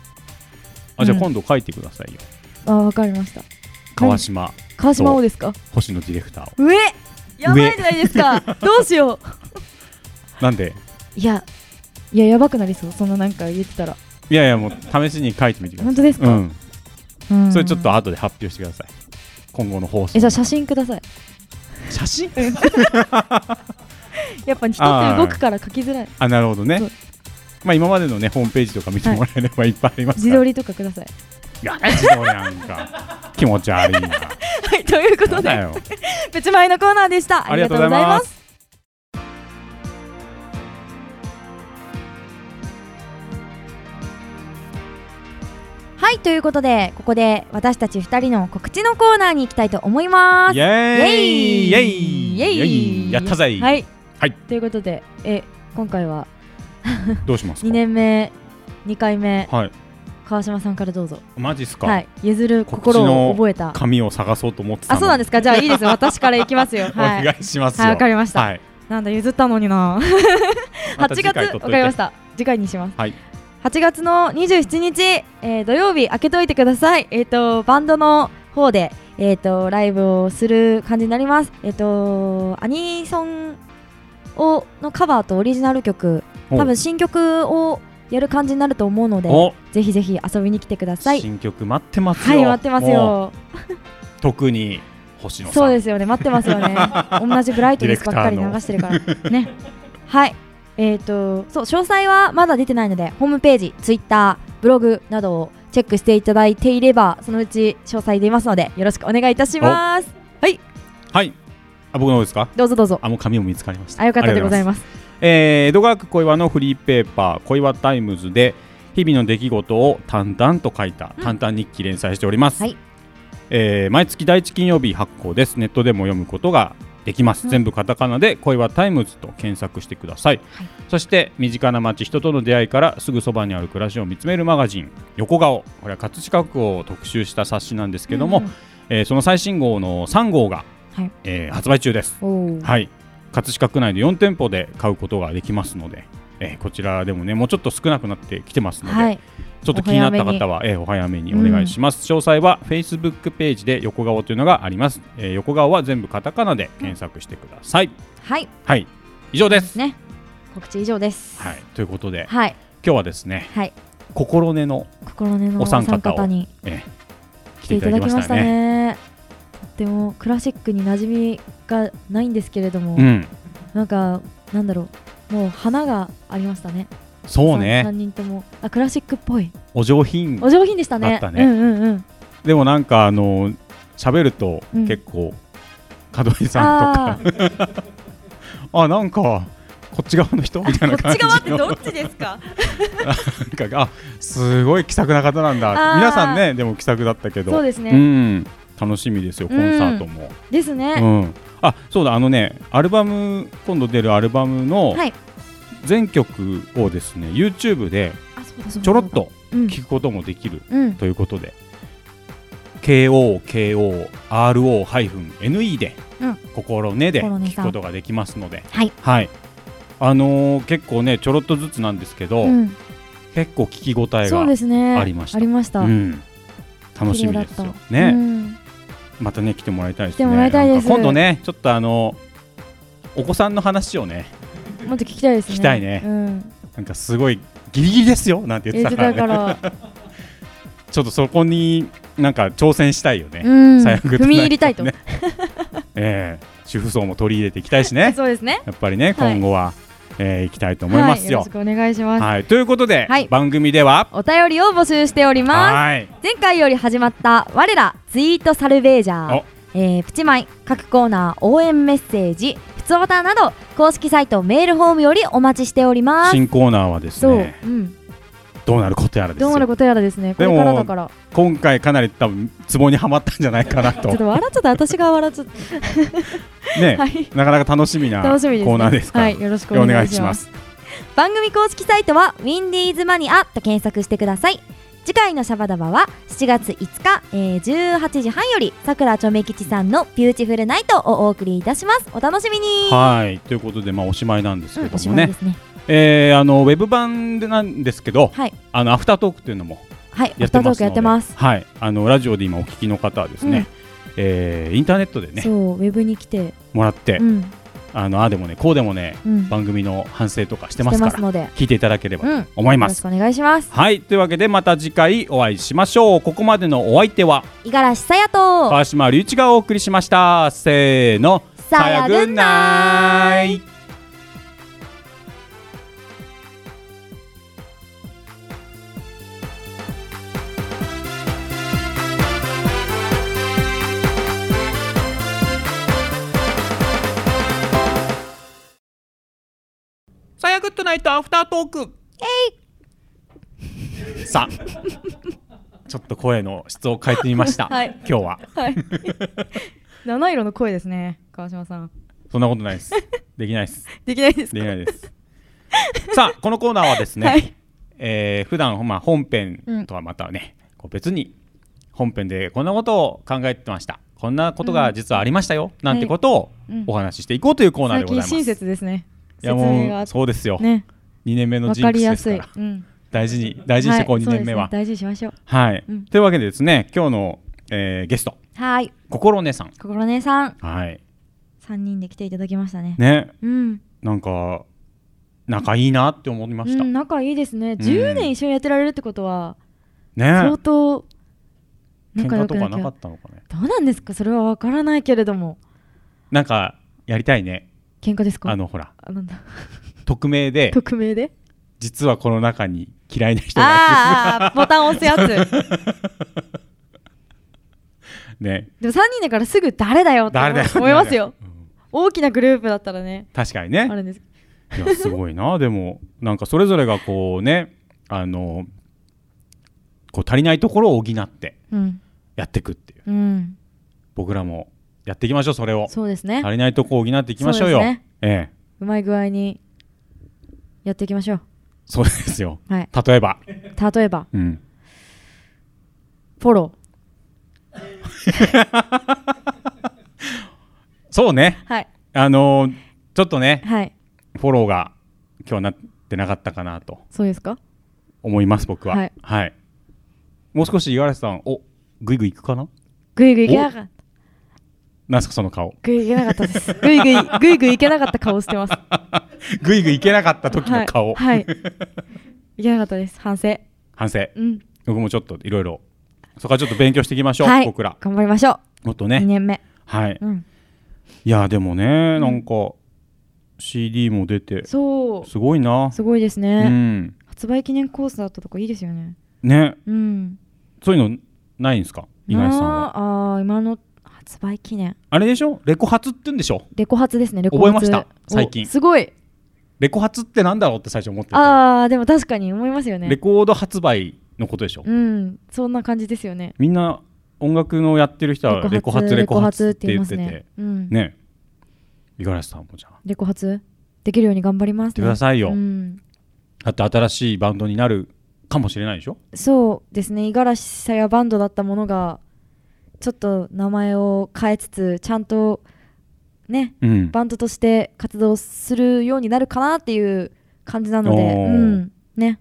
Speaker 1: あじゃあ今度書いてくださいよ、
Speaker 2: あわかりました
Speaker 1: 川島
Speaker 2: 川島をですか
Speaker 1: 星野ディレクターを
Speaker 2: 上やばいじゃないですかどうしよ
Speaker 1: なんで
Speaker 2: ういやいややばくなりそうそんななんか言ってたら
Speaker 1: いやいやもう試しに書いてみてください
Speaker 2: 本当ですか
Speaker 1: うん
Speaker 2: うん
Speaker 1: それちょっと後で発表してください今後の放送
Speaker 2: えじゃあ写真ください
Speaker 1: 写真
Speaker 2: やっぱ人って動くから書きづらい
Speaker 1: あなるほどね
Speaker 2: そう
Speaker 1: まあ今までのねホームページとか見てもらえればいっぱいあります
Speaker 2: 自
Speaker 1: から、
Speaker 2: 撮りとかください
Speaker 1: いや自撮りなんか気持ち悪いな
Speaker 2: はいというこ
Speaker 1: な
Speaker 2: と
Speaker 1: んだ
Speaker 2: で
Speaker 1: よ
Speaker 2: プチマイのコーナーでしたあ
Speaker 1: あ
Speaker 2: り
Speaker 1: り
Speaker 2: が
Speaker 1: がと
Speaker 2: とう
Speaker 1: うご
Speaker 2: ござ
Speaker 1: ざ
Speaker 2: い
Speaker 1: い
Speaker 2: ま
Speaker 1: ますす
Speaker 2: はいということでここで私たち二人の告知のコーナーに行きたいと思います
Speaker 1: イエーイ
Speaker 2: イ
Speaker 1: イ
Speaker 2: エ
Speaker 1: エ
Speaker 2: ー
Speaker 1: ー
Speaker 2: イ
Speaker 1: イイエイやったぜ、
Speaker 2: はい、
Speaker 1: はい
Speaker 2: ということでえ今回は
Speaker 1: どうしますか
Speaker 2: 2年目2回目
Speaker 1: はい
Speaker 2: 川島さんからどうぞ
Speaker 1: マジっすか、
Speaker 2: はい譲る
Speaker 1: 告知の
Speaker 2: 心を覚えた
Speaker 1: 紙を探そうと思ってた
Speaker 2: あ
Speaker 1: の
Speaker 2: そうなんですかじゃあいいですよ私から行きますよは
Speaker 1: お
Speaker 2: い
Speaker 1: 願いしますよ
Speaker 2: はいわかりました
Speaker 1: はい、
Speaker 2: なんだ譲ったのにな8月わかりました次回にします
Speaker 1: はい
Speaker 2: 8月の27日、えー土曜日開けといてください。えっ、とバンドの方でえっ、とライブをする感じになります。えっ、とアニソンをのカバーとオリジナル曲、
Speaker 1: お
Speaker 2: 多分新曲をやる感じになると思うので、
Speaker 1: お
Speaker 2: ぜひぜひ遊びに来てください。
Speaker 1: 新曲待ってます
Speaker 2: は
Speaker 1: よ。
Speaker 2: い、待ってます
Speaker 1: もう。
Speaker 2: よ。
Speaker 1: 特に星野さん。
Speaker 2: そうですよね、待ってます よね。同じブライトネスばっかり流してるから。ね。はい。えっ、と、そう、詳細はまだ出てないので、ホームページ、ツイッター、ブログなどをチェックしていただいていれば、そのうち詳細出ますので、よろしくお願いいたします。
Speaker 1: はい。あ、僕の方ですか。
Speaker 2: どうぞどうぞ。
Speaker 1: あ、もう紙も見つかりました。
Speaker 2: あ、よかったでござい
Speaker 1: す。
Speaker 2: ます。
Speaker 1: えー、江戸川区小岩のフリーペーパー、小岩タイムズで。日々の出来事を淡々と書いた淡々日記連載しております。
Speaker 9: はい
Speaker 1: えー毎月第一金曜日発行です。ネットでも読むことができます。全部カタカナで小岩タイムズと検索してください。そして身近な街人との出会いからすぐそばにある暮らしを見つめるマガジン横顔これは葛飾区を特集した冊子なんですけども、
Speaker 2: うんうん
Speaker 1: えーその最新号の3号が、
Speaker 2: はい
Speaker 1: えー発売中です。
Speaker 2: おー
Speaker 1: はい、葛飾区内で4店舗で買うことができますので、えーこちらでもねもうちょっと少なくなってきてますので、
Speaker 2: はい。
Speaker 1: ちょっと気になった方は、えーお早めにお願いします。詳細は Facebook ページで横顔というのがあります。えー横顔は全部カタカナで検索してください。
Speaker 2: はい。
Speaker 1: はい、以上です。
Speaker 2: ね。告知以上です。
Speaker 1: はい、ということで、
Speaker 2: はい。
Speaker 1: 今日はですね、
Speaker 2: はい
Speaker 1: 心根の
Speaker 2: 心根の
Speaker 1: お
Speaker 2: お
Speaker 1: 三
Speaker 2: 三
Speaker 1: 方を
Speaker 2: 方に
Speaker 1: 来て
Speaker 2: 来て
Speaker 1: い
Speaker 2: い
Speaker 1: た
Speaker 2: た
Speaker 1: だ
Speaker 2: だ
Speaker 1: き
Speaker 2: き
Speaker 1: ま
Speaker 2: ま
Speaker 1: し
Speaker 2: したた
Speaker 1: ね。
Speaker 2: ね。とってもクラシックに馴染みがないんですけれども、
Speaker 1: うん、
Speaker 2: なんかなんだろうもう花がありましたね。
Speaker 1: そう
Speaker 2: 三
Speaker 1: ね、
Speaker 2: 三人ともあクラシックっぽい。
Speaker 1: お上品
Speaker 2: お。上品でしたね。
Speaker 1: あったね
Speaker 2: うんうんうん。
Speaker 1: でもなんかあの喋ると
Speaker 2: うん
Speaker 1: 結構、門井さんとか、 あなんかこっち側の人みたいな
Speaker 2: こ
Speaker 1: 感
Speaker 2: っち
Speaker 1: じの
Speaker 2: 側ってどっちですか。
Speaker 1: なん かあすごい気さくな方なんだ。
Speaker 2: あー
Speaker 1: 皆さんねでも気さくだったけど、
Speaker 2: そうです
Speaker 1: う
Speaker 2: ね。
Speaker 1: ん、楽しみですよコンサートも。
Speaker 2: です
Speaker 1: う
Speaker 2: ね。
Speaker 1: ん、あそうだあのねアルバム今度出るアルバムの
Speaker 2: はい
Speaker 1: 全曲をですね YouTube で
Speaker 2: あそうだそうだ
Speaker 1: ちょろっと
Speaker 2: うん
Speaker 1: 聞くこともできる
Speaker 2: うん
Speaker 1: ということで KOKORO-NE で
Speaker 3: うん
Speaker 1: 心根で
Speaker 3: 心根
Speaker 1: 聞
Speaker 3: さ
Speaker 1: く
Speaker 3: ん
Speaker 1: ことができますので
Speaker 3: はい
Speaker 1: あのー結構ねちょろっとずつなんですけど
Speaker 2: うん。
Speaker 1: 結構聞き応え
Speaker 2: そう
Speaker 1: が
Speaker 2: ですね。
Speaker 1: ありました
Speaker 2: ありました。
Speaker 1: うん楽し
Speaker 2: 綺
Speaker 1: み
Speaker 2: 麗だ
Speaker 1: で
Speaker 2: っ
Speaker 1: す
Speaker 2: た
Speaker 1: よね
Speaker 2: うん
Speaker 1: またね来てもらいたいです
Speaker 2: 来
Speaker 1: ね
Speaker 2: てもらいたいです
Speaker 1: なんか今度ねちょっとあのお子さんの話をね
Speaker 2: もっと聞きたいですね。
Speaker 1: 聞きたいね
Speaker 2: うん。
Speaker 1: なんかすごいギリギリですよなんて言
Speaker 2: 言
Speaker 1: っ
Speaker 2: ってて
Speaker 1: たから,、ね、
Speaker 2: たから。
Speaker 1: ちょっとそこになんか挑戦したいよね、
Speaker 2: うん。
Speaker 1: 最悪だな
Speaker 2: 踏み入りたいと。
Speaker 1: ねええ主婦層も取り入れていきたいしね
Speaker 2: そうですね。
Speaker 1: やっぱりね、
Speaker 2: はい
Speaker 1: 今後は、えー、いきたいと思いますよ。はい
Speaker 2: は、よろし
Speaker 1: い
Speaker 2: くお願いします。
Speaker 1: ということで、
Speaker 2: はい
Speaker 1: 番組では
Speaker 2: お便りを募集しております。
Speaker 1: はい
Speaker 2: 前回より始まった我らツイートサルベージャー
Speaker 1: お、
Speaker 2: えー、プチマイ各コーナー応援メッセージふつおたなど公式サイトメールフォームよりお待ちしております。
Speaker 1: 新コーナーはです
Speaker 2: そう、
Speaker 1: ね
Speaker 2: うん、
Speaker 1: どうなることやらです
Speaker 2: どうなる
Speaker 1: よ
Speaker 2: ことやらですね。こ
Speaker 1: で
Speaker 2: れ
Speaker 1: も
Speaker 2: からだから、
Speaker 1: 今回かなり多分ツボにはまったんじゃないかな
Speaker 2: ち
Speaker 1: と
Speaker 2: ょっと笑っちゃった、私が笑っちゃっ
Speaker 1: ね、
Speaker 2: た。はい、
Speaker 1: なかなか楽しみなコ
Speaker 2: 楽しみです、ね。
Speaker 1: ーナーですから、
Speaker 2: はい、よろしく
Speaker 1: お
Speaker 2: お
Speaker 1: 願
Speaker 2: 願
Speaker 1: い
Speaker 2: い
Speaker 1: し
Speaker 2: し
Speaker 1: ま
Speaker 2: ますす。番組公式サイトは「ウィンディーズマニア」と検索してください次回のシャバダバは7月5日、えー18時半よりさくらちょめ吉さんの「ビューティフルナイト」をお送りいたしますお楽しみに
Speaker 1: はいということでまあおしまいなんですけ
Speaker 2: うん、お
Speaker 1: ど
Speaker 2: し
Speaker 1: も
Speaker 2: ま
Speaker 1: ね、
Speaker 2: いですね
Speaker 1: えーあのウェブ版でなんですけど、
Speaker 2: はい
Speaker 1: あのアフタートークっていうのも
Speaker 2: はい
Speaker 1: やっ
Speaker 2: アフ
Speaker 1: て
Speaker 2: タート
Speaker 1: ま
Speaker 2: ー
Speaker 1: す
Speaker 2: ク
Speaker 1: の
Speaker 2: や
Speaker 1: で
Speaker 2: ってます
Speaker 1: はいあのラジオで今お聞きの方はですね、
Speaker 2: うん
Speaker 1: えーインターネットでね
Speaker 2: そうウェブに来て
Speaker 1: もらって、
Speaker 2: うん
Speaker 1: あのああでもねこうでもね
Speaker 2: うん
Speaker 1: 番組の反省とかして
Speaker 2: し
Speaker 1: ま
Speaker 2: て
Speaker 1: すか
Speaker 2: ます
Speaker 1: ら
Speaker 2: ので
Speaker 1: 聞いていただければ
Speaker 2: う
Speaker 1: と
Speaker 2: んよ
Speaker 1: 思いま
Speaker 2: ろし
Speaker 1: す、
Speaker 2: くお願いします
Speaker 1: はいというわけでまた次回お会いしましょうここまでのお相手は
Speaker 2: 五十嵐さやと
Speaker 1: 川島隆一がお送りしましたせーの
Speaker 2: さやぐんな
Speaker 1: さや
Speaker 2: ーい
Speaker 1: ぐんいさやグッドナイトアフタートークえいさあちょっと声の質を変えてみました、
Speaker 2: はい
Speaker 1: 今日は
Speaker 2: 七色の声ですね川島さん
Speaker 1: そんなことない ですできないです
Speaker 2: できないです
Speaker 1: できないです さあこのコーナーはですね、
Speaker 2: はい
Speaker 1: えー普段まあ本編とはまたね、こう別に本編でこんなことを考えてましたこんなことが実はありましたよ、なんてことを
Speaker 2: うん
Speaker 1: お話ししていこうというコーナーで
Speaker 2: 最
Speaker 1: ございま
Speaker 2: 近
Speaker 1: す、
Speaker 2: 親切ですね
Speaker 1: いや
Speaker 2: 説明が
Speaker 1: も
Speaker 2: あ
Speaker 1: う
Speaker 2: って
Speaker 1: そうですよ、
Speaker 2: ね
Speaker 1: 2年目の
Speaker 2: わ
Speaker 1: ジンク
Speaker 2: かり
Speaker 1: スで
Speaker 2: や
Speaker 1: す
Speaker 2: す
Speaker 1: か
Speaker 2: い
Speaker 1: ら
Speaker 2: うん
Speaker 1: 大事に大事にしてこう、
Speaker 2: い
Speaker 1: 2年目は。
Speaker 2: そうですね大事にしましょう
Speaker 1: はい、
Speaker 2: うん
Speaker 1: というわけでですね今日の、えーゲスト
Speaker 9: はい
Speaker 1: 心お姉さん
Speaker 9: 心姉さん
Speaker 1: はい
Speaker 2: 三人で来ていただきましたね
Speaker 1: ね
Speaker 2: うん、
Speaker 1: なんか仲いいなって思いま
Speaker 2: う
Speaker 1: した、
Speaker 2: ん、
Speaker 1: ね
Speaker 2: 仲いいですね10年一緒にやってられるってことは相
Speaker 1: 喧
Speaker 2: 当仲
Speaker 1: 嘩
Speaker 2: 良
Speaker 1: と
Speaker 2: くな
Speaker 1: か
Speaker 2: き
Speaker 1: なか
Speaker 2: ゃ
Speaker 1: ったのかね
Speaker 2: どうなんですかそれは分からないけれども
Speaker 1: なんかやりたいね
Speaker 2: 喧嘩ですか
Speaker 1: あのほら
Speaker 2: あなんだ
Speaker 1: 匿名で
Speaker 2: 匿名で
Speaker 1: 実はこの中に嫌いな人が
Speaker 2: ああボタン押すやつ
Speaker 1: いるね
Speaker 2: でも3人だからすぐ誰だよって
Speaker 1: 誰だよ
Speaker 2: 思いますよ、
Speaker 1: うん
Speaker 2: 大きなグループだったらね
Speaker 1: 確かに
Speaker 2: あ
Speaker 1: ね
Speaker 2: るんです
Speaker 1: いやすごいなでもなんかそれぞれがこうねあのこう足りないところを補って
Speaker 2: うん
Speaker 1: やっていくっていう
Speaker 2: うん
Speaker 1: 僕らもやっていきましょうそれを
Speaker 2: そうですね
Speaker 1: 足りないとこを補っていきましょうよ
Speaker 2: そうですね
Speaker 1: ええ
Speaker 2: うまい具合にやっていきましょう
Speaker 1: そうですよ
Speaker 2: はい
Speaker 1: 例えば、
Speaker 2: 例えば
Speaker 1: うん、
Speaker 2: フォロ
Speaker 1: そうね
Speaker 2: ーはい
Speaker 1: あのーちょっとね
Speaker 2: はい
Speaker 1: フォローが今日なってなかったかなと
Speaker 2: そうですか
Speaker 1: 思います僕は
Speaker 2: はい、
Speaker 1: もう少し五十嵐さんおグイグイいくかな
Speaker 2: ぐいぐいいけなかった
Speaker 1: なんすかその顔
Speaker 2: ぐいぐいいけなかったです ぐいぐいぐいぐいいけなかった顔してます
Speaker 1: グイグイいけなかった時の顔、
Speaker 2: はい、はい、いけなかったです反省
Speaker 1: 反省
Speaker 2: うん
Speaker 1: 僕もちょっといろいろそこはちょっと勉強していきましょう、
Speaker 2: はい
Speaker 1: 僕ら
Speaker 2: 頑張りましょ
Speaker 1: もっと
Speaker 2: う、2
Speaker 1: ね
Speaker 2: 年目
Speaker 1: はい
Speaker 2: うん
Speaker 1: いやでもねなんか CD も出て
Speaker 2: そう
Speaker 1: すごいな
Speaker 2: すごいです
Speaker 1: う
Speaker 2: ね、
Speaker 1: ん
Speaker 2: 発売記念コースだったとかいいですよね
Speaker 1: ね
Speaker 2: うん
Speaker 1: そういうのないんですか五十嵐さんは
Speaker 2: あーあー今の発売記念
Speaker 1: あれでしょレコ発って言うんでしょ
Speaker 2: レコ発ですねレコ発
Speaker 1: 覚えました最近
Speaker 2: おすごい
Speaker 1: レコ発ってなんだろうって最初思ってて
Speaker 2: ああでも確かに思いますよ
Speaker 1: レ
Speaker 2: ね
Speaker 1: コード発売のことでしょ、
Speaker 2: うんそんな感じですよね
Speaker 1: みんな音楽のやってる人はレコ発レコ発って言ってて
Speaker 2: ねうん
Speaker 1: ね五十嵐さんもじゃあ
Speaker 2: レコ発できるように頑張ります、ね、
Speaker 1: てくださいよ
Speaker 2: うん、
Speaker 1: だって新しいバンドになるかもしれないでしょ
Speaker 2: そうですね五十嵐さやバンドだったものがちょっと名前を変えつつちゃんとね
Speaker 1: うん
Speaker 2: バンドとして活動するようになるかなっていう感じなので、
Speaker 1: おー
Speaker 2: うん、ね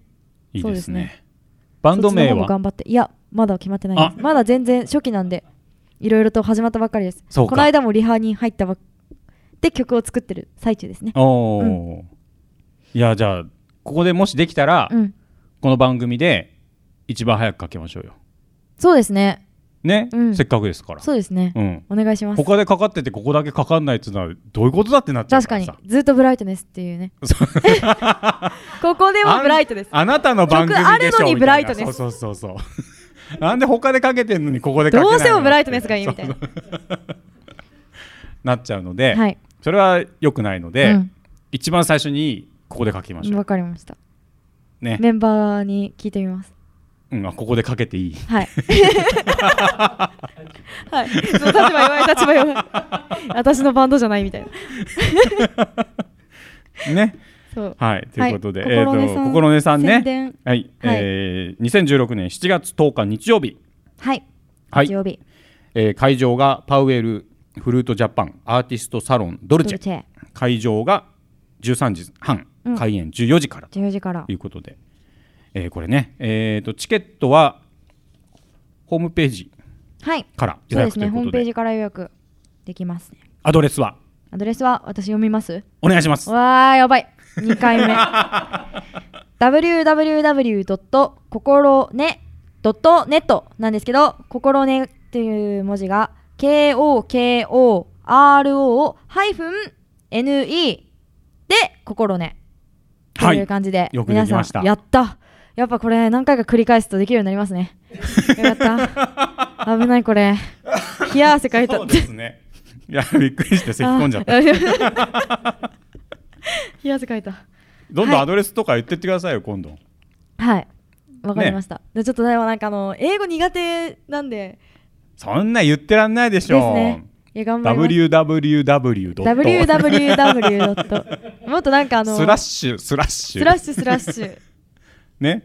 Speaker 1: いい
Speaker 2: そう
Speaker 1: で
Speaker 2: ですす
Speaker 1: ね
Speaker 2: ね
Speaker 1: バンド名
Speaker 2: そっちの方も
Speaker 1: は
Speaker 2: 頑張っていやまだ決まってないですまだ全然初期なんでいろいろと始まったばっかりです
Speaker 1: そうか
Speaker 2: この間もリハに入ったばっで曲を作ってる最中ですね
Speaker 1: おお、いやじゃあここでもしできたら、
Speaker 2: うん
Speaker 1: この番組で一番早くかけましょうよ
Speaker 2: そうですね
Speaker 1: ね、
Speaker 2: うん
Speaker 1: せっかくですから
Speaker 2: そうですね
Speaker 1: うん
Speaker 2: お願いします
Speaker 1: 他でかかっててここだけかかんないっつうのはどういうことだってなっちゃう
Speaker 2: 確
Speaker 1: か
Speaker 2: からに
Speaker 1: さ
Speaker 2: ずっとブライトネスってい うねここで
Speaker 1: あ
Speaker 2: は
Speaker 1: ん
Speaker 2: ブライトです
Speaker 1: あなたの番組でしょ
Speaker 2: 曲あるのに
Speaker 1: みたいな
Speaker 2: ブライトネス
Speaker 1: そうそうそうそうなんで他でかけてんのにここでかけないの
Speaker 2: どうしてもブライトネスがいいみたいな
Speaker 1: なっちゃうので、
Speaker 2: はい
Speaker 1: それは良くないので、
Speaker 2: うん
Speaker 1: 一番最初にここでかけましょう
Speaker 2: わかりました
Speaker 1: ね、
Speaker 2: メンバーに聞いてみます
Speaker 1: うん、あここでかけていい
Speaker 2: はい はいその立場弱い立場弱い私のバンドじゃないみたいな
Speaker 1: ね
Speaker 2: そう
Speaker 1: はいということで、
Speaker 2: はい
Speaker 1: えっ、
Speaker 2: 心根
Speaker 1: と
Speaker 2: さん
Speaker 1: 心根さんね
Speaker 2: 宣伝
Speaker 1: はい、えー、2016年7月10日日曜日、
Speaker 9: はい
Speaker 1: はい
Speaker 9: 日曜日
Speaker 1: えー会場がパウエルフルートジャパンアーティストサロンドル
Speaker 9: ド
Speaker 1: チェ
Speaker 9: ルチェ
Speaker 1: 会場が13時半、
Speaker 9: うん
Speaker 1: 開演14時からと
Speaker 9: 10時から
Speaker 1: いうことで、えーこれね、えー、とチケットはホームページ
Speaker 9: はい
Speaker 1: から
Speaker 9: そう
Speaker 1: 予
Speaker 9: で
Speaker 1: 約
Speaker 9: す
Speaker 1: とい
Speaker 9: ね
Speaker 1: う
Speaker 9: ホ
Speaker 1: こ
Speaker 9: ー
Speaker 1: と
Speaker 9: ム
Speaker 1: で
Speaker 9: ページから予約できますね
Speaker 1: アドレスは
Speaker 9: アドレスは私読みます
Speaker 1: お願いします
Speaker 9: わーやばい2回目 www. 心ね .net なんですけど心ねっていう文字が KOKORO-NE で心ねと
Speaker 1: はい
Speaker 9: いう感じで、
Speaker 1: よくできました
Speaker 9: 皆さんやったやっぱこれ何回か繰り返すとできるようになりますねよかった危ないこれ冷や汗かいた
Speaker 1: そうですねいやびっくりして咳込んじゃった
Speaker 9: あ冷や汗かいた
Speaker 1: どんど
Speaker 9: はい
Speaker 1: んアドレスとか言ってってくださいよ今度
Speaker 9: はい。わかりました。でちょっとでもなんかあの英語苦手なんで
Speaker 1: そんな言ってらんないでしょ
Speaker 9: ですねいや頑張ります。
Speaker 1: www.
Speaker 9: www. もっとなんかあの
Speaker 1: スラッシュスラッシュ
Speaker 9: スラッシュスラッシ ュ
Speaker 1: ね、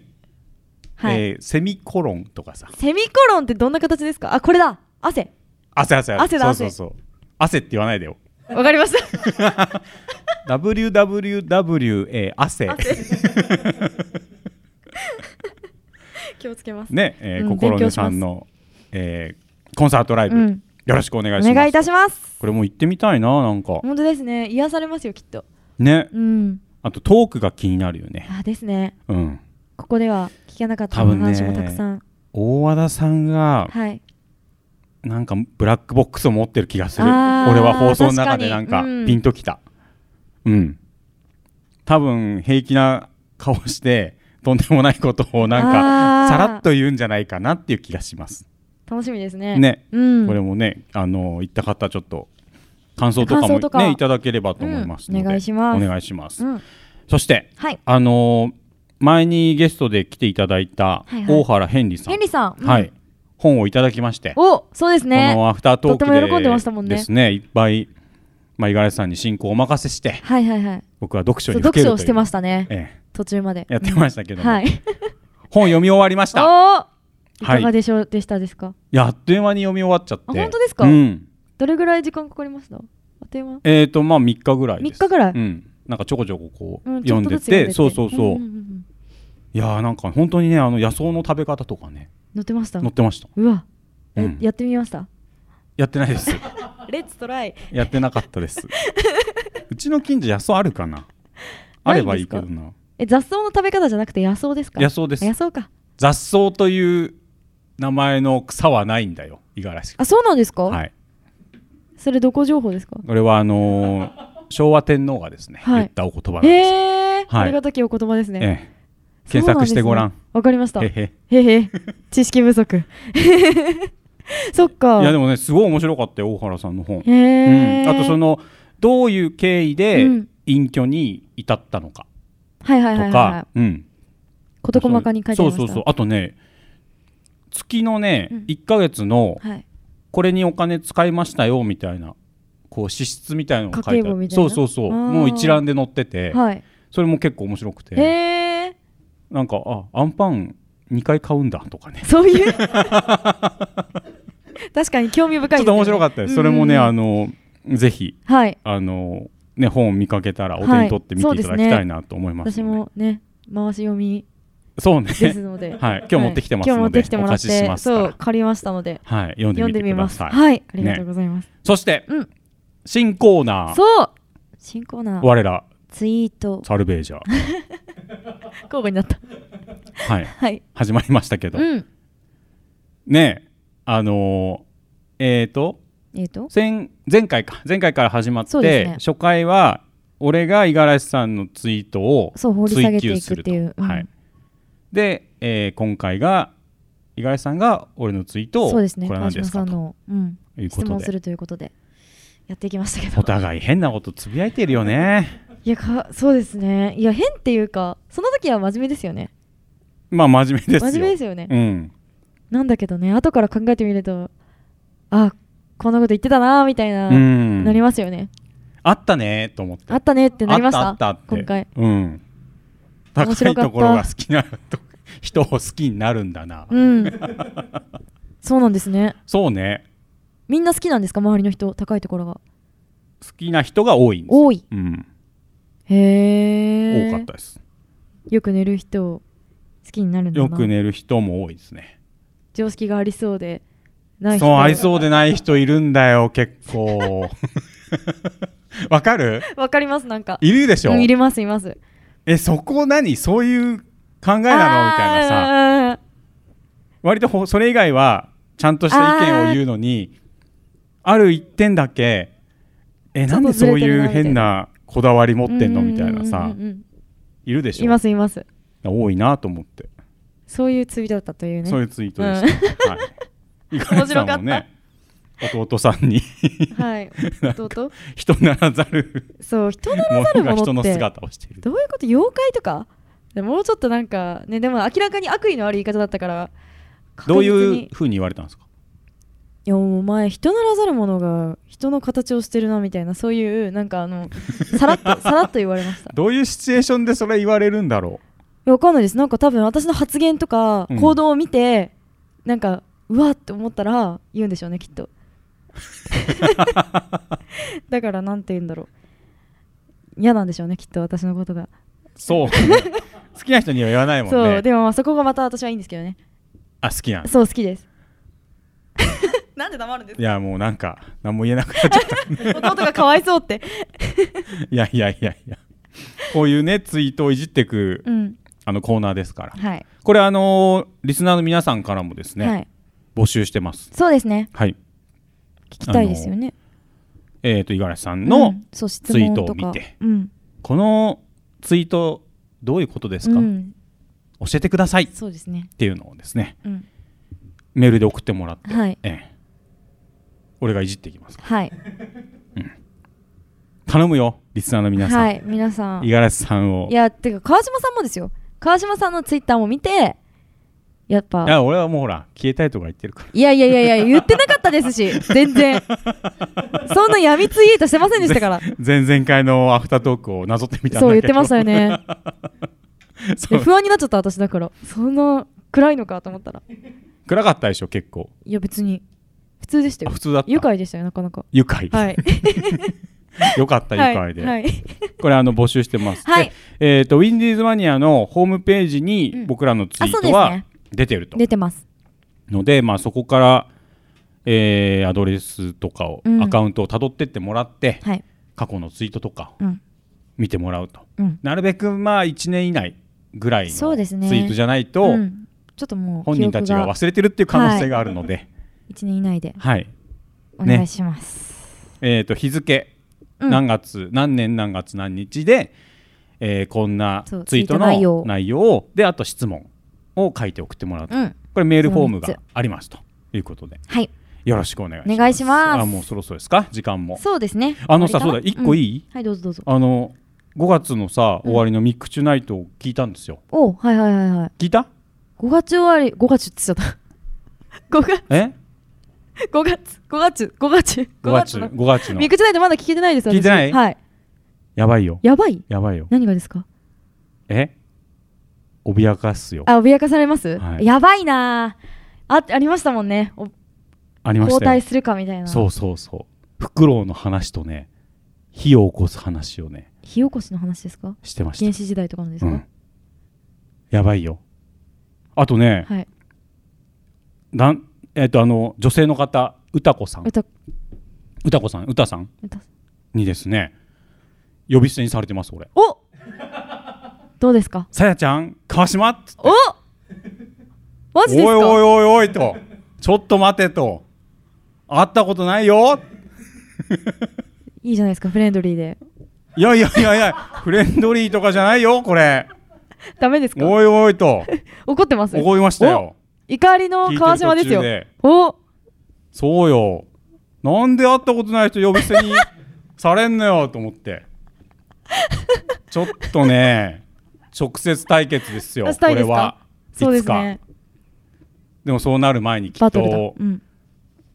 Speaker 9: はい、
Speaker 1: えーセミコロンとかさ
Speaker 9: セミコロンってどんな形ですか？あこれだ汗
Speaker 1: 汗汗
Speaker 9: 汗だ汗
Speaker 1: そうそうそう汗って言わない でよ
Speaker 9: わかりました。
Speaker 1: www えー汗
Speaker 2: 気をつけます。
Speaker 1: ね、えー、
Speaker 2: うん
Speaker 1: 心根さんの、えーコンサートライブ、
Speaker 2: うん、
Speaker 1: よろしくお願い
Speaker 2: お
Speaker 1: します。
Speaker 2: 願いいたします。
Speaker 1: これもう行ってみたいな、なんか。
Speaker 2: 本当ですね。癒されますよ、きっと。
Speaker 1: ね、
Speaker 2: うん。
Speaker 1: あとトークが気になるよね。
Speaker 2: あ、ですね。
Speaker 1: うん。
Speaker 2: ここでは聞けなかった
Speaker 1: 多分ね
Speaker 2: 話もたくさん。
Speaker 1: 大和田さんが、
Speaker 2: はい。
Speaker 1: なんかブラックボックスを持ってる気がする。俺
Speaker 2: あー
Speaker 1: は放送の中でなん
Speaker 2: 確
Speaker 1: か
Speaker 2: かにうん
Speaker 1: ピンときた。うん。多分平気な顔して、とんでもないことをなんか、
Speaker 2: か
Speaker 1: さらっと言うんじゃないかなっていう気がします。
Speaker 2: 楽しみですね。
Speaker 1: ね。
Speaker 2: うん。
Speaker 1: これもね、あの行った方ちょっと感想とか
Speaker 2: 感
Speaker 1: も
Speaker 2: 想とか
Speaker 1: ねいただければと思いますので、
Speaker 2: うんお願いします
Speaker 1: お願いします
Speaker 2: うん
Speaker 1: そして、
Speaker 2: はい
Speaker 1: あのー前にゲストで来ていただいた
Speaker 2: はいはい
Speaker 1: 大原ヘンリーさん、
Speaker 2: ヘンリーさん。うん
Speaker 1: はい。本をいただきまして、
Speaker 2: お、そうです
Speaker 1: こ
Speaker 2: ね。
Speaker 1: のアフタートーク
Speaker 2: とて
Speaker 1: で
Speaker 2: も喜んでましたもんね
Speaker 1: ですねいっぱいまあ五十嵐さんに進行をお任せして
Speaker 2: はいはいはい。
Speaker 1: 僕は読書
Speaker 2: そう
Speaker 1: にふけ
Speaker 2: 読
Speaker 1: るという
Speaker 2: 書をしてま
Speaker 1: し
Speaker 2: したね。
Speaker 1: た、え
Speaker 2: 途中まで。
Speaker 1: えやってましたけども、
Speaker 2: はい。
Speaker 1: 本読み終わりまし
Speaker 2: お
Speaker 1: た
Speaker 2: おー。いかがでしょうでしたですか。
Speaker 1: いやあっという間に読み終わっちゃって
Speaker 2: あ本当ですか
Speaker 1: うん
Speaker 2: どれぐらい時間かかりました。あっという間。
Speaker 1: えっ、とまあ3日ぐらい
Speaker 2: 三
Speaker 1: です
Speaker 2: 日ぐらい。
Speaker 1: うん、なんかちょこちょここう
Speaker 2: うん
Speaker 1: 読んでて,、
Speaker 2: ち
Speaker 1: そ
Speaker 2: ょっ
Speaker 1: う
Speaker 2: とずつ読んでて
Speaker 1: そうそう、
Speaker 2: んん
Speaker 1: い
Speaker 2: んん
Speaker 1: やーなんか本当にねあの野草の食べ方とかね
Speaker 2: 載ってました
Speaker 1: 載。ってました
Speaker 2: うわ。え
Speaker 1: うん
Speaker 2: やってみました。
Speaker 1: やってないです
Speaker 2: レッツトライ。
Speaker 1: やってなかった ですうちの近所野草あるかなあればいいけどな
Speaker 2: え、雑草の食べ方じゃなくて野草ですか。
Speaker 1: 野草です
Speaker 2: 野草か。
Speaker 1: 雑草という名前の草はないんだよ五十嵐
Speaker 2: あ、そうなんですか。
Speaker 1: はい
Speaker 2: それどこ情報ですか。
Speaker 1: これはあ のー昭和天皇がですね、
Speaker 2: はい
Speaker 1: 言ったお言葉なん
Speaker 2: え
Speaker 1: です、
Speaker 2: えー。
Speaker 1: はい
Speaker 2: ありがたきお言葉です
Speaker 1: え
Speaker 2: ね。
Speaker 1: え検索してごら
Speaker 2: そうな
Speaker 1: ん
Speaker 2: んですね。わかりました。
Speaker 1: へ
Speaker 2: へ
Speaker 1: へ
Speaker 2: へ。知識不足。 そっか。
Speaker 1: いやでもねすごい面白かったよ大原さんの本、
Speaker 2: へえ、
Speaker 1: うん、あとそのどういう経緯で
Speaker 2: うん
Speaker 1: 隠居に至ったのか
Speaker 2: はいはい
Speaker 1: と
Speaker 2: はいはい
Speaker 1: か、うん、
Speaker 2: 事細かに書いてありました
Speaker 1: そうそうそうあとね月のね、
Speaker 2: うん
Speaker 1: 1ヶ月の
Speaker 2: はい
Speaker 1: これにお金使いましたよみたいなこう支出みたいなのが書い
Speaker 2: 家計
Speaker 1: てあ
Speaker 2: 簿
Speaker 1: る
Speaker 2: みたいな
Speaker 1: そうそうそう
Speaker 2: あー
Speaker 1: もう一覧で載ってて、
Speaker 2: はい
Speaker 1: それも結構面白く
Speaker 2: へ
Speaker 1: て
Speaker 2: え
Speaker 1: なんかあアンパン2回買うんだとかね
Speaker 2: そ ういう確かに興味深い
Speaker 1: ちょっと面白かったです、それもねあ
Speaker 2: の
Speaker 1: のぜひ
Speaker 2: はい
Speaker 1: あのね本を見かけたらお手
Speaker 2: は
Speaker 1: に
Speaker 2: い
Speaker 1: 取って見ていただきたいなと思います
Speaker 2: 私
Speaker 1: ので、
Speaker 2: もね回し読 み
Speaker 1: そうね
Speaker 2: ですので
Speaker 1: はい、今日持ってきてます
Speaker 2: はい今日持
Speaker 1: の
Speaker 2: って
Speaker 1: で
Speaker 2: きて、も
Speaker 1: お
Speaker 2: らっ
Speaker 1: 貸ししま
Speaker 2: て
Speaker 1: すから
Speaker 2: そう借りましたので
Speaker 1: はい、読んで
Speaker 2: 読ん
Speaker 1: み
Speaker 2: で
Speaker 1: て
Speaker 2: み
Speaker 1: くだ
Speaker 2: ます
Speaker 1: さい。
Speaker 2: はいありがとうございます
Speaker 1: そして、
Speaker 2: うん
Speaker 1: 新コーナー、
Speaker 2: そう新コーナー
Speaker 1: 我ら
Speaker 2: ツイート
Speaker 1: サルベージャー、
Speaker 2: 交互になった
Speaker 1: はい、
Speaker 2: はい
Speaker 1: 始まりましたけど、
Speaker 2: うん
Speaker 1: ねえ、あのーえっ、と
Speaker 2: えっと
Speaker 1: 前前回か前回から始まっ
Speaker 2: そ
Speaker 1: て、
Speaker 2: うですね
Speaker 1: 初回は俺が五十嵐さんのツイートを
Speaker 2: そう掘り下げていくっていううん
Speaker 1: はい、で、えー今回が五十嵐さんが俺のツイートを
Speaker 2: そうですね
Speaker 1: これは
Speaker 2: 川
Speaker 1: 何で
Speaker 2: 島
Speaker 1: す
Speaker 2: さ
Speaker 1: か
Speaker 2: ん
Speaker 1: と
Speaker 2: のうん
Speaker 1: いうこ
Speaker 2: 質
Speaker 1: と
Speaker 2: 問す
Speaker 1: で。
Speaker 2: るということでやっていきましたけ
Speaker 1: お
Speaker 2: ど
Speaker 1: 互い変なことつぶやいてるよね。
Speaker 2: いやかそうですねいや変っていうかその時は真面目ですよね
Speaker 1: まあ真面目ですよ。
Speaker 2: 真面目ですよね、
Speaker 1: うん。
Speaker 2: なんだけどね後から考えてみるとあこんなこと言ってたなみたいな、
Speaker 1: うん
Speaker 2: なりますよね
Speaker 1: あったねと思って。
Speaker 2: あったねってなりました
Speaker 1: あったあったって
Speaker 2: 今回
Speaker 1: うん。高
Speaker 2: 面
Speaker 1: い
Speaker 2: 白かった
Speaker 1: ところが好きなと人を好きになるんだな。
Speaker 2: うん そうなんですね
Speaker 1: そうね。
Speaker 2: みんな好きなんですか周りの人高いところが
Speaker 1: 好きな人が多いんですよ。
Speaker 2: 多い
Speaker 1: うん。
Speaker 2: へえ
Speaker 1: 多かったです。
Speaker 2: よく寝る人を好きになるんだな
Speaker 1: よく寝る人も多いですね。
Speaker 2: 常識がありそうでない人
Speaker 1: そう、ありそうでない人いるんだよ、結構。 わかる
Speaker 2: わかりますなんか
Speaker 1: いるでしょ
Speaker 2: うんいれますいます
Speaker 1: え、そこ何そういう考えなのみたいなさ。
Speaker 2: なさ
Speaker 1: 割とほそれ以外はちゃんとした意見を言うのにある一点だけえ
Speaker 2: ちょ
Speaker 1: な
Speaker 2: っ
Speaker 1: ん
Speaker 2: と
Speaker 1: で
Speaker 2: ず
Speaker 1: そ
Speaker 2: れ
Speaker 1: う
Speaker 2: てる
Speaker 1: い
Speaker 2: な
Speaker 1: う変なこだわり持ってんのみたいなさいるでしょ
Speaker 2: いますいます
Speaker 1: 多いなと思って
Speaker 2: そういうツイートだったというね
Speaker 1: そういうツイートでした、はい
Speaker 2: 白か
Speaker 1: 五
Speaker 2: った
Speaker 1: 十嵐さんもね弟さんに
Speaker 2: はい弟
Speaker 1: 人 ならざる
Speaker 2: そう人なら
Speaker 1: も
Speaker 2: ざ
Speaker 1: の
Speaker 2: る
Speaker 1: が
Speaker 2: も
Speaker 1: 人
Speaker 2: のっ
Speaker 1: の
Speaker 2: て
Speaker 1: 姿をしている
Speaker 2: どういうこと妖怪とかでもうちょっとなんかねでも明らかに悪意のある言い方だったから
Speaker 1: ど
Speaker 2: 確
Speaker 1: う
Speaker 2: 実に
Speaker 1: いうふうに言われたんですか
Speaker 2: いやもうお前人ならざるものが人の形をしてるなみたいなそういうなんかあのさら っとさらっと言われました
Speaker 1: どういうシチュエーションでそれ言われるんだ ろ
Speaker 2: いやわかんないですなんか多分私の発言とか
Speaker 1: うん
Speaker 2: 行動を見て、なんかうわって思ったら言うんでしょうねきっ とだからなんて言うんだろう嫌なんでしょうねきっと私のことが、
Speaker 1: うそう好きな人には言わないもんね
Speaker 2: そうでもまあそこがまた私はいいんですけどね
Speaker 1: あ好きなんです
Speaker 10: そう好き です
Speaker 11: なんで黙るんです
Speaker 1: いやもうなんか何も言えなくなっちゃ った
Speaker 10: 弟がかわいそうって
Speaker 1: いやいやいやいやこういうねツイートをいじってく
Speaker 12: うん
Speaker 1: あのコーナーですから
Speaker 12: はい
Speaker 1: これあのーリスナーの皆さんからもですね、
Speaker 12: はい
Speaker 1: 募集してます
Speaker 2: そうですね
Speaker 1: はい
Speaker 2: 聞きたいですよね
Speaker 1: えっ、と五十嵐さんの、
Speaker 2: うんそう質問
Speaker 1: ツイ
Speaker 2: とか
Speaker 1: ートを見て
Speaker 2: うん
Speaker 1: このツイートどういうことですか、
Speaker 2: うん
Speaker 1: 教えてくださいっ
Speaker 2: そうですね
Speaker 1: ていうのをですね、
Speaker 2: うん
Speaker 1: メールで送ってもらって、
Speaker 2: はい
Speaker 1: ええ俺がいじっていきます
Speaker 2: はい
Speaker 1: 頼むよリスナーの皆さ
Speaker 2: は
Speaker 1: ん
Speaker 2: い皆さん
Speaker 1: 五十嵐さんを
Speaker 2: いやてか川島さんもですよ川島さんのツイッターも見てやっぱ
Speaker 1: いや俺はもうほら消えたいとか言ってるから
Speaker 2: いやいやいやいや言ってなかったで すし全然 そんな闇ツイートしてませんでした から
Speaker 1: 前々回のアフタートークをなぞってみたんだけど
Speaker 2: そう言ってましたよね
Speaker 1: そう
Speaker 2: 不安になっちゃった私だからそんな暗いのかと思ったら
Speaker 1: 暗かったでしょ結構
Speaker 2: いや別に普通でした
Speaker 1: あ
Speaker 2: よ
Speaker 1: 普通だった
Speaker 2: 愉快でしたよなかなか
Speaker 1: 愉快、
Speaker 2: はい
Speaker 1: よかった愉
Speaker 2: は
Speaker 1: 快
Speaker 2: い
Speaker 1: で、
Speaker 2: はい
Speaker 1: これあの募集してます、
Speaker 2: はい
Speaker 1: でえっ、とウィンディーズマニアのホームページ
Speaker 2: う
Speaker 1: に
Speaker 2: ん
Speaker 1: 僕らのツイート
Speaker 2: あそう
Speaker 1: は
Speaker 2: で
Speaker 1: 出てると、
Speaker 2: 出てます
Speaker 1: ので、まあ、そこから、えーアドレスとかを、
Speaker 2: うん
Speaker 1: アカウントをたどってってもらって、
Speaker 2: はい
Speaker 1: 過去のツイートとかを
Speaker 2: うん
Speaker 1: 見てもらうと、
Speaker 2: うん
Speaker 1: なるべくまあ1年以内ぐらいのツイ
Speaker 2: そうですね
Speaker 1: ートじゃないと、
Speaker 2: うんちょっともう
Speaker 1: 本人たち
Speaker 2: 記憶
Speaker 1: が忘れてるっていう可能性があるので、
Speaker 2: 1年以内で
Speaker 1: はい
Speaker 2: お願いします、
Speaker 1: えー、と日付、
Speaker 2: うん
Speaker 1: 何月何年何月何日で、えーこんな
Speaker 2: そう
Speaker 1: ツイートの
Speaker 2: ツイート内容
Speaker 1: 内容をであと質問を書いて送ってもらうと、
Speaker 2: うん
Speaker 1: これメールフォーム
Speaker 2: その
Speaker 1: がありますということで
Speaker 2: はい
Speaker 1: よろしくお願いします
Speaker 2: お願いします
Speaker 1: あもうそろそろですか時間も
Speaker 2: そうですね
Speaker 1: あのさ
Speaker 2: 終
Speaker 1: そうだ
Speaker 2: わりか
Speaker 1: 1
Speaker 2: な
Speaker 1: 個
Speaker 2: ん
Speaker 1: いい、
Speaker 2: はいどうぞどうぞ
Speaker 1: あの5月のさ
Speaker 2: うん
Speaker 1: 終わりのミックチュナイトを聞いたんですよ、
Speaker 2: おはいはいはいはい
Speaker 1: 聞いた
Speaker 2: 5月終わり5月って言っち ゃった5月
Speaker 1: え
Speaker 2: 5月5月5月
Speaker 1: 5月
Speaker 2: の
Speaker 1: 5月の
Speaker 2: ミクチュナイトまだ聞けてないです私
Speaker 1: 聞いてない
Speaker 2: はい
Speaker 1: やばいよ
Speaker 2: やばい
Speaker 1: やばいよ
Speaker 2: 何がですか
Speaker 1: え脅かすよあ
Speaker 2: あ脅かされます、
Speaker 1: はい
Speaker 2: やばいなあありましたもんねお
Speaker 1: りまし
Speaker 2: 交
Speaker 1: た
Speaker 2: 代
Speaker 1: よ
Speaker 2: するかみたいな
Speaker 1: そうそうそうフクロウの話とね火を起こす話をね
Speaker 2: 火起こしの話ですか
Speaker 1: してまし
Speaker 2: 原始時代とかのです
Speaker 1: た、
Speaker 2: か、
Speaker 1: うん、やばいよあとね、
Speaker 2: はい
Speaker 1: なんえっ、とあの女性の方歌子さん
Speaker 2: 歌
Speaker 1: 歌子さん歌さん
Speaker 2: 歌
Speaker 1: にですね呼び捨てにされてます俺
Speaker 2: おどうですか
Speaker 1: さやちゃん川島っつって
Speaker 2: おマジです
Speaker 1: おい
Speaker 2: か
Speaker 1: おいおいおいとちょっと待てと会ったことないよ
Speaker 2: いいじゃないですかフレンドリーで
Speaker 1: いやいやいやいやフレンドリーとかじゃないよこれ
Speaker 2: ダメですか
Speaker 1: おいおいと
Speaker 2: 怒ってます
Speaker 1: 怒りましたよ
Speaker 2: 怒りの
Speaker 1: 聞いてる
Speaker 2: 川島です
Speaker 1: 途中
Speaker 2: よ
Speaker 1: で
Speaker 2: お
Speaker 1: そうよなんで会ったことない人呼び捨てにされんのよと思ってちょっとね直接対決ですよ
Speaker 2: あし
Speaker 1: こ
Speaker 2: たいで
Speaker 1: れ
Speaker 2: すか
Speaker 1: は
Speaker 2: そう
Speaker 1: い
Speaker 2: で
Speaker 1: つ
Speaker 2: す
Speaker 1: か
Speaker 2: ね
Speaker 1: でもそうなる前にき
Speaker 2: バ
Speaker 1: っ
Speaker 2: トルだ
Speaker 1: と
Speaker 2: うん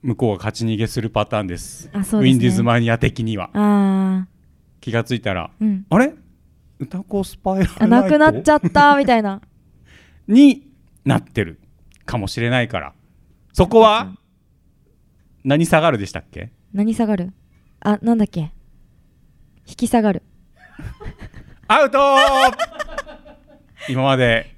Speaker 1: 向こうが勝ち逃げするパターンです
Speaker 2: あそう
Speaker 1: ウ
Speaker 2: です
Speaker 1: ィ
Speaker 2: ね
Speaker 1: ンディーズマニア的には
Speaker 2: あ
Speaker 1: 気がついたら
Speaker 2: ーうん
Speaker 1: あれ歌子スパイラ
Speaker 2: あ
Speaker 1: ル
Speaker 2: なくなっちゃ
Speaker 1: っ
Speaker 2: ったみたいな
Speaker 1: になってるかもしれないからそこは何下がるでしたっけ
Speaker 2: 何下がるあなんだっけ引き下がる
Speaker 1: アウト ー今まで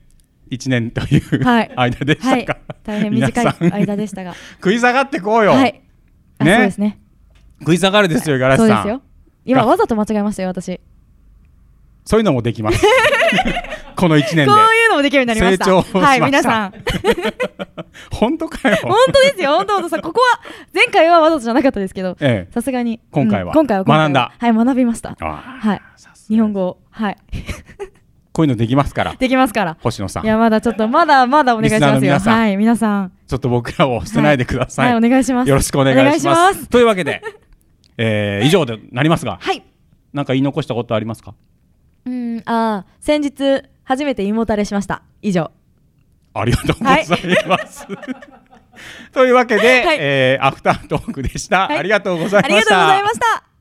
Speaker 1: 1年という、
Speaker 2: はい
Speaker 1: 間でし
Speaker 2: は
Speaker 1: た
Speaker 2: い
Speaker 1: か、
Speaker 2: 大変短い
Speaker 1: 皆さん
Speaker 2: 間でしたが
Speaker 1: 食い下がってこうよ、
Speaker 2: はいあ
Speaker 1: ね
Speaker 2: そうですね
Speaker 1: 食い下がるですよ五十嵐
Speaker 2: そうで
Speaker 1: さん
Speaker 2: すよ今わざと間違えましたよ私
Speaker 1: そういうのもできます この1年で
Speaker 2: こういうのもできるようになりました
Speaker 1: 成長をしました
Speaker 2: はい皆さん
Speaker 1: 本当かよ
Speaker 2: 本当ですよ本当本当さここは前回はわざとじゃなかったですけど
Speaker 1: ええ
Speaker 2: さすがに
Speaker 1: 今回は
Speaker 2: うん今回は今回は
Speaker 1: 学んだ
Speaker 2: はい学びました
Speaker 1: あ
Speaker 2: はい
Speaker 1: あさすが
Speaker 2: 日本語をはい
Speaker 1: こういうのできますから
Speaker 2: できますから
Speaker 1: 星野さん
Speaker 2: いやまだちょっとまだまだお願いし
Speaker 1: リスナー
Speaker 2: ま
Speaker 1: の
Speaker 2: すよ
Speaker 1: 皆さん
Speaker 2: はい皆さん
Speaker 1: ちょっと僕らを捨てないでください、
Speaker 2: はいお願いします
Speaker 1: よろしくお願いします
Speaker 2: お願いします
Speaker 1: というわけで、えー以上でなりますが
Speaker 2: はい
Speaker 1: なんか言い残したことありますか
Speaker 2: うんあー先日初めて胃もたれしました以上
Speaker 1: ありがとうございます。 というわけで、
Speaker 2: はい
Speaker 1: えーアフタートークでした。
Speaker 2: はい
Speaker 1: ありがとうござい
Speaker 2: あ
Speaker 1: ま
Speaker 2: りが
Speaker 1: し
Speaker 2: とうご
Speaker 1: た
Speaker 2: ざい。ました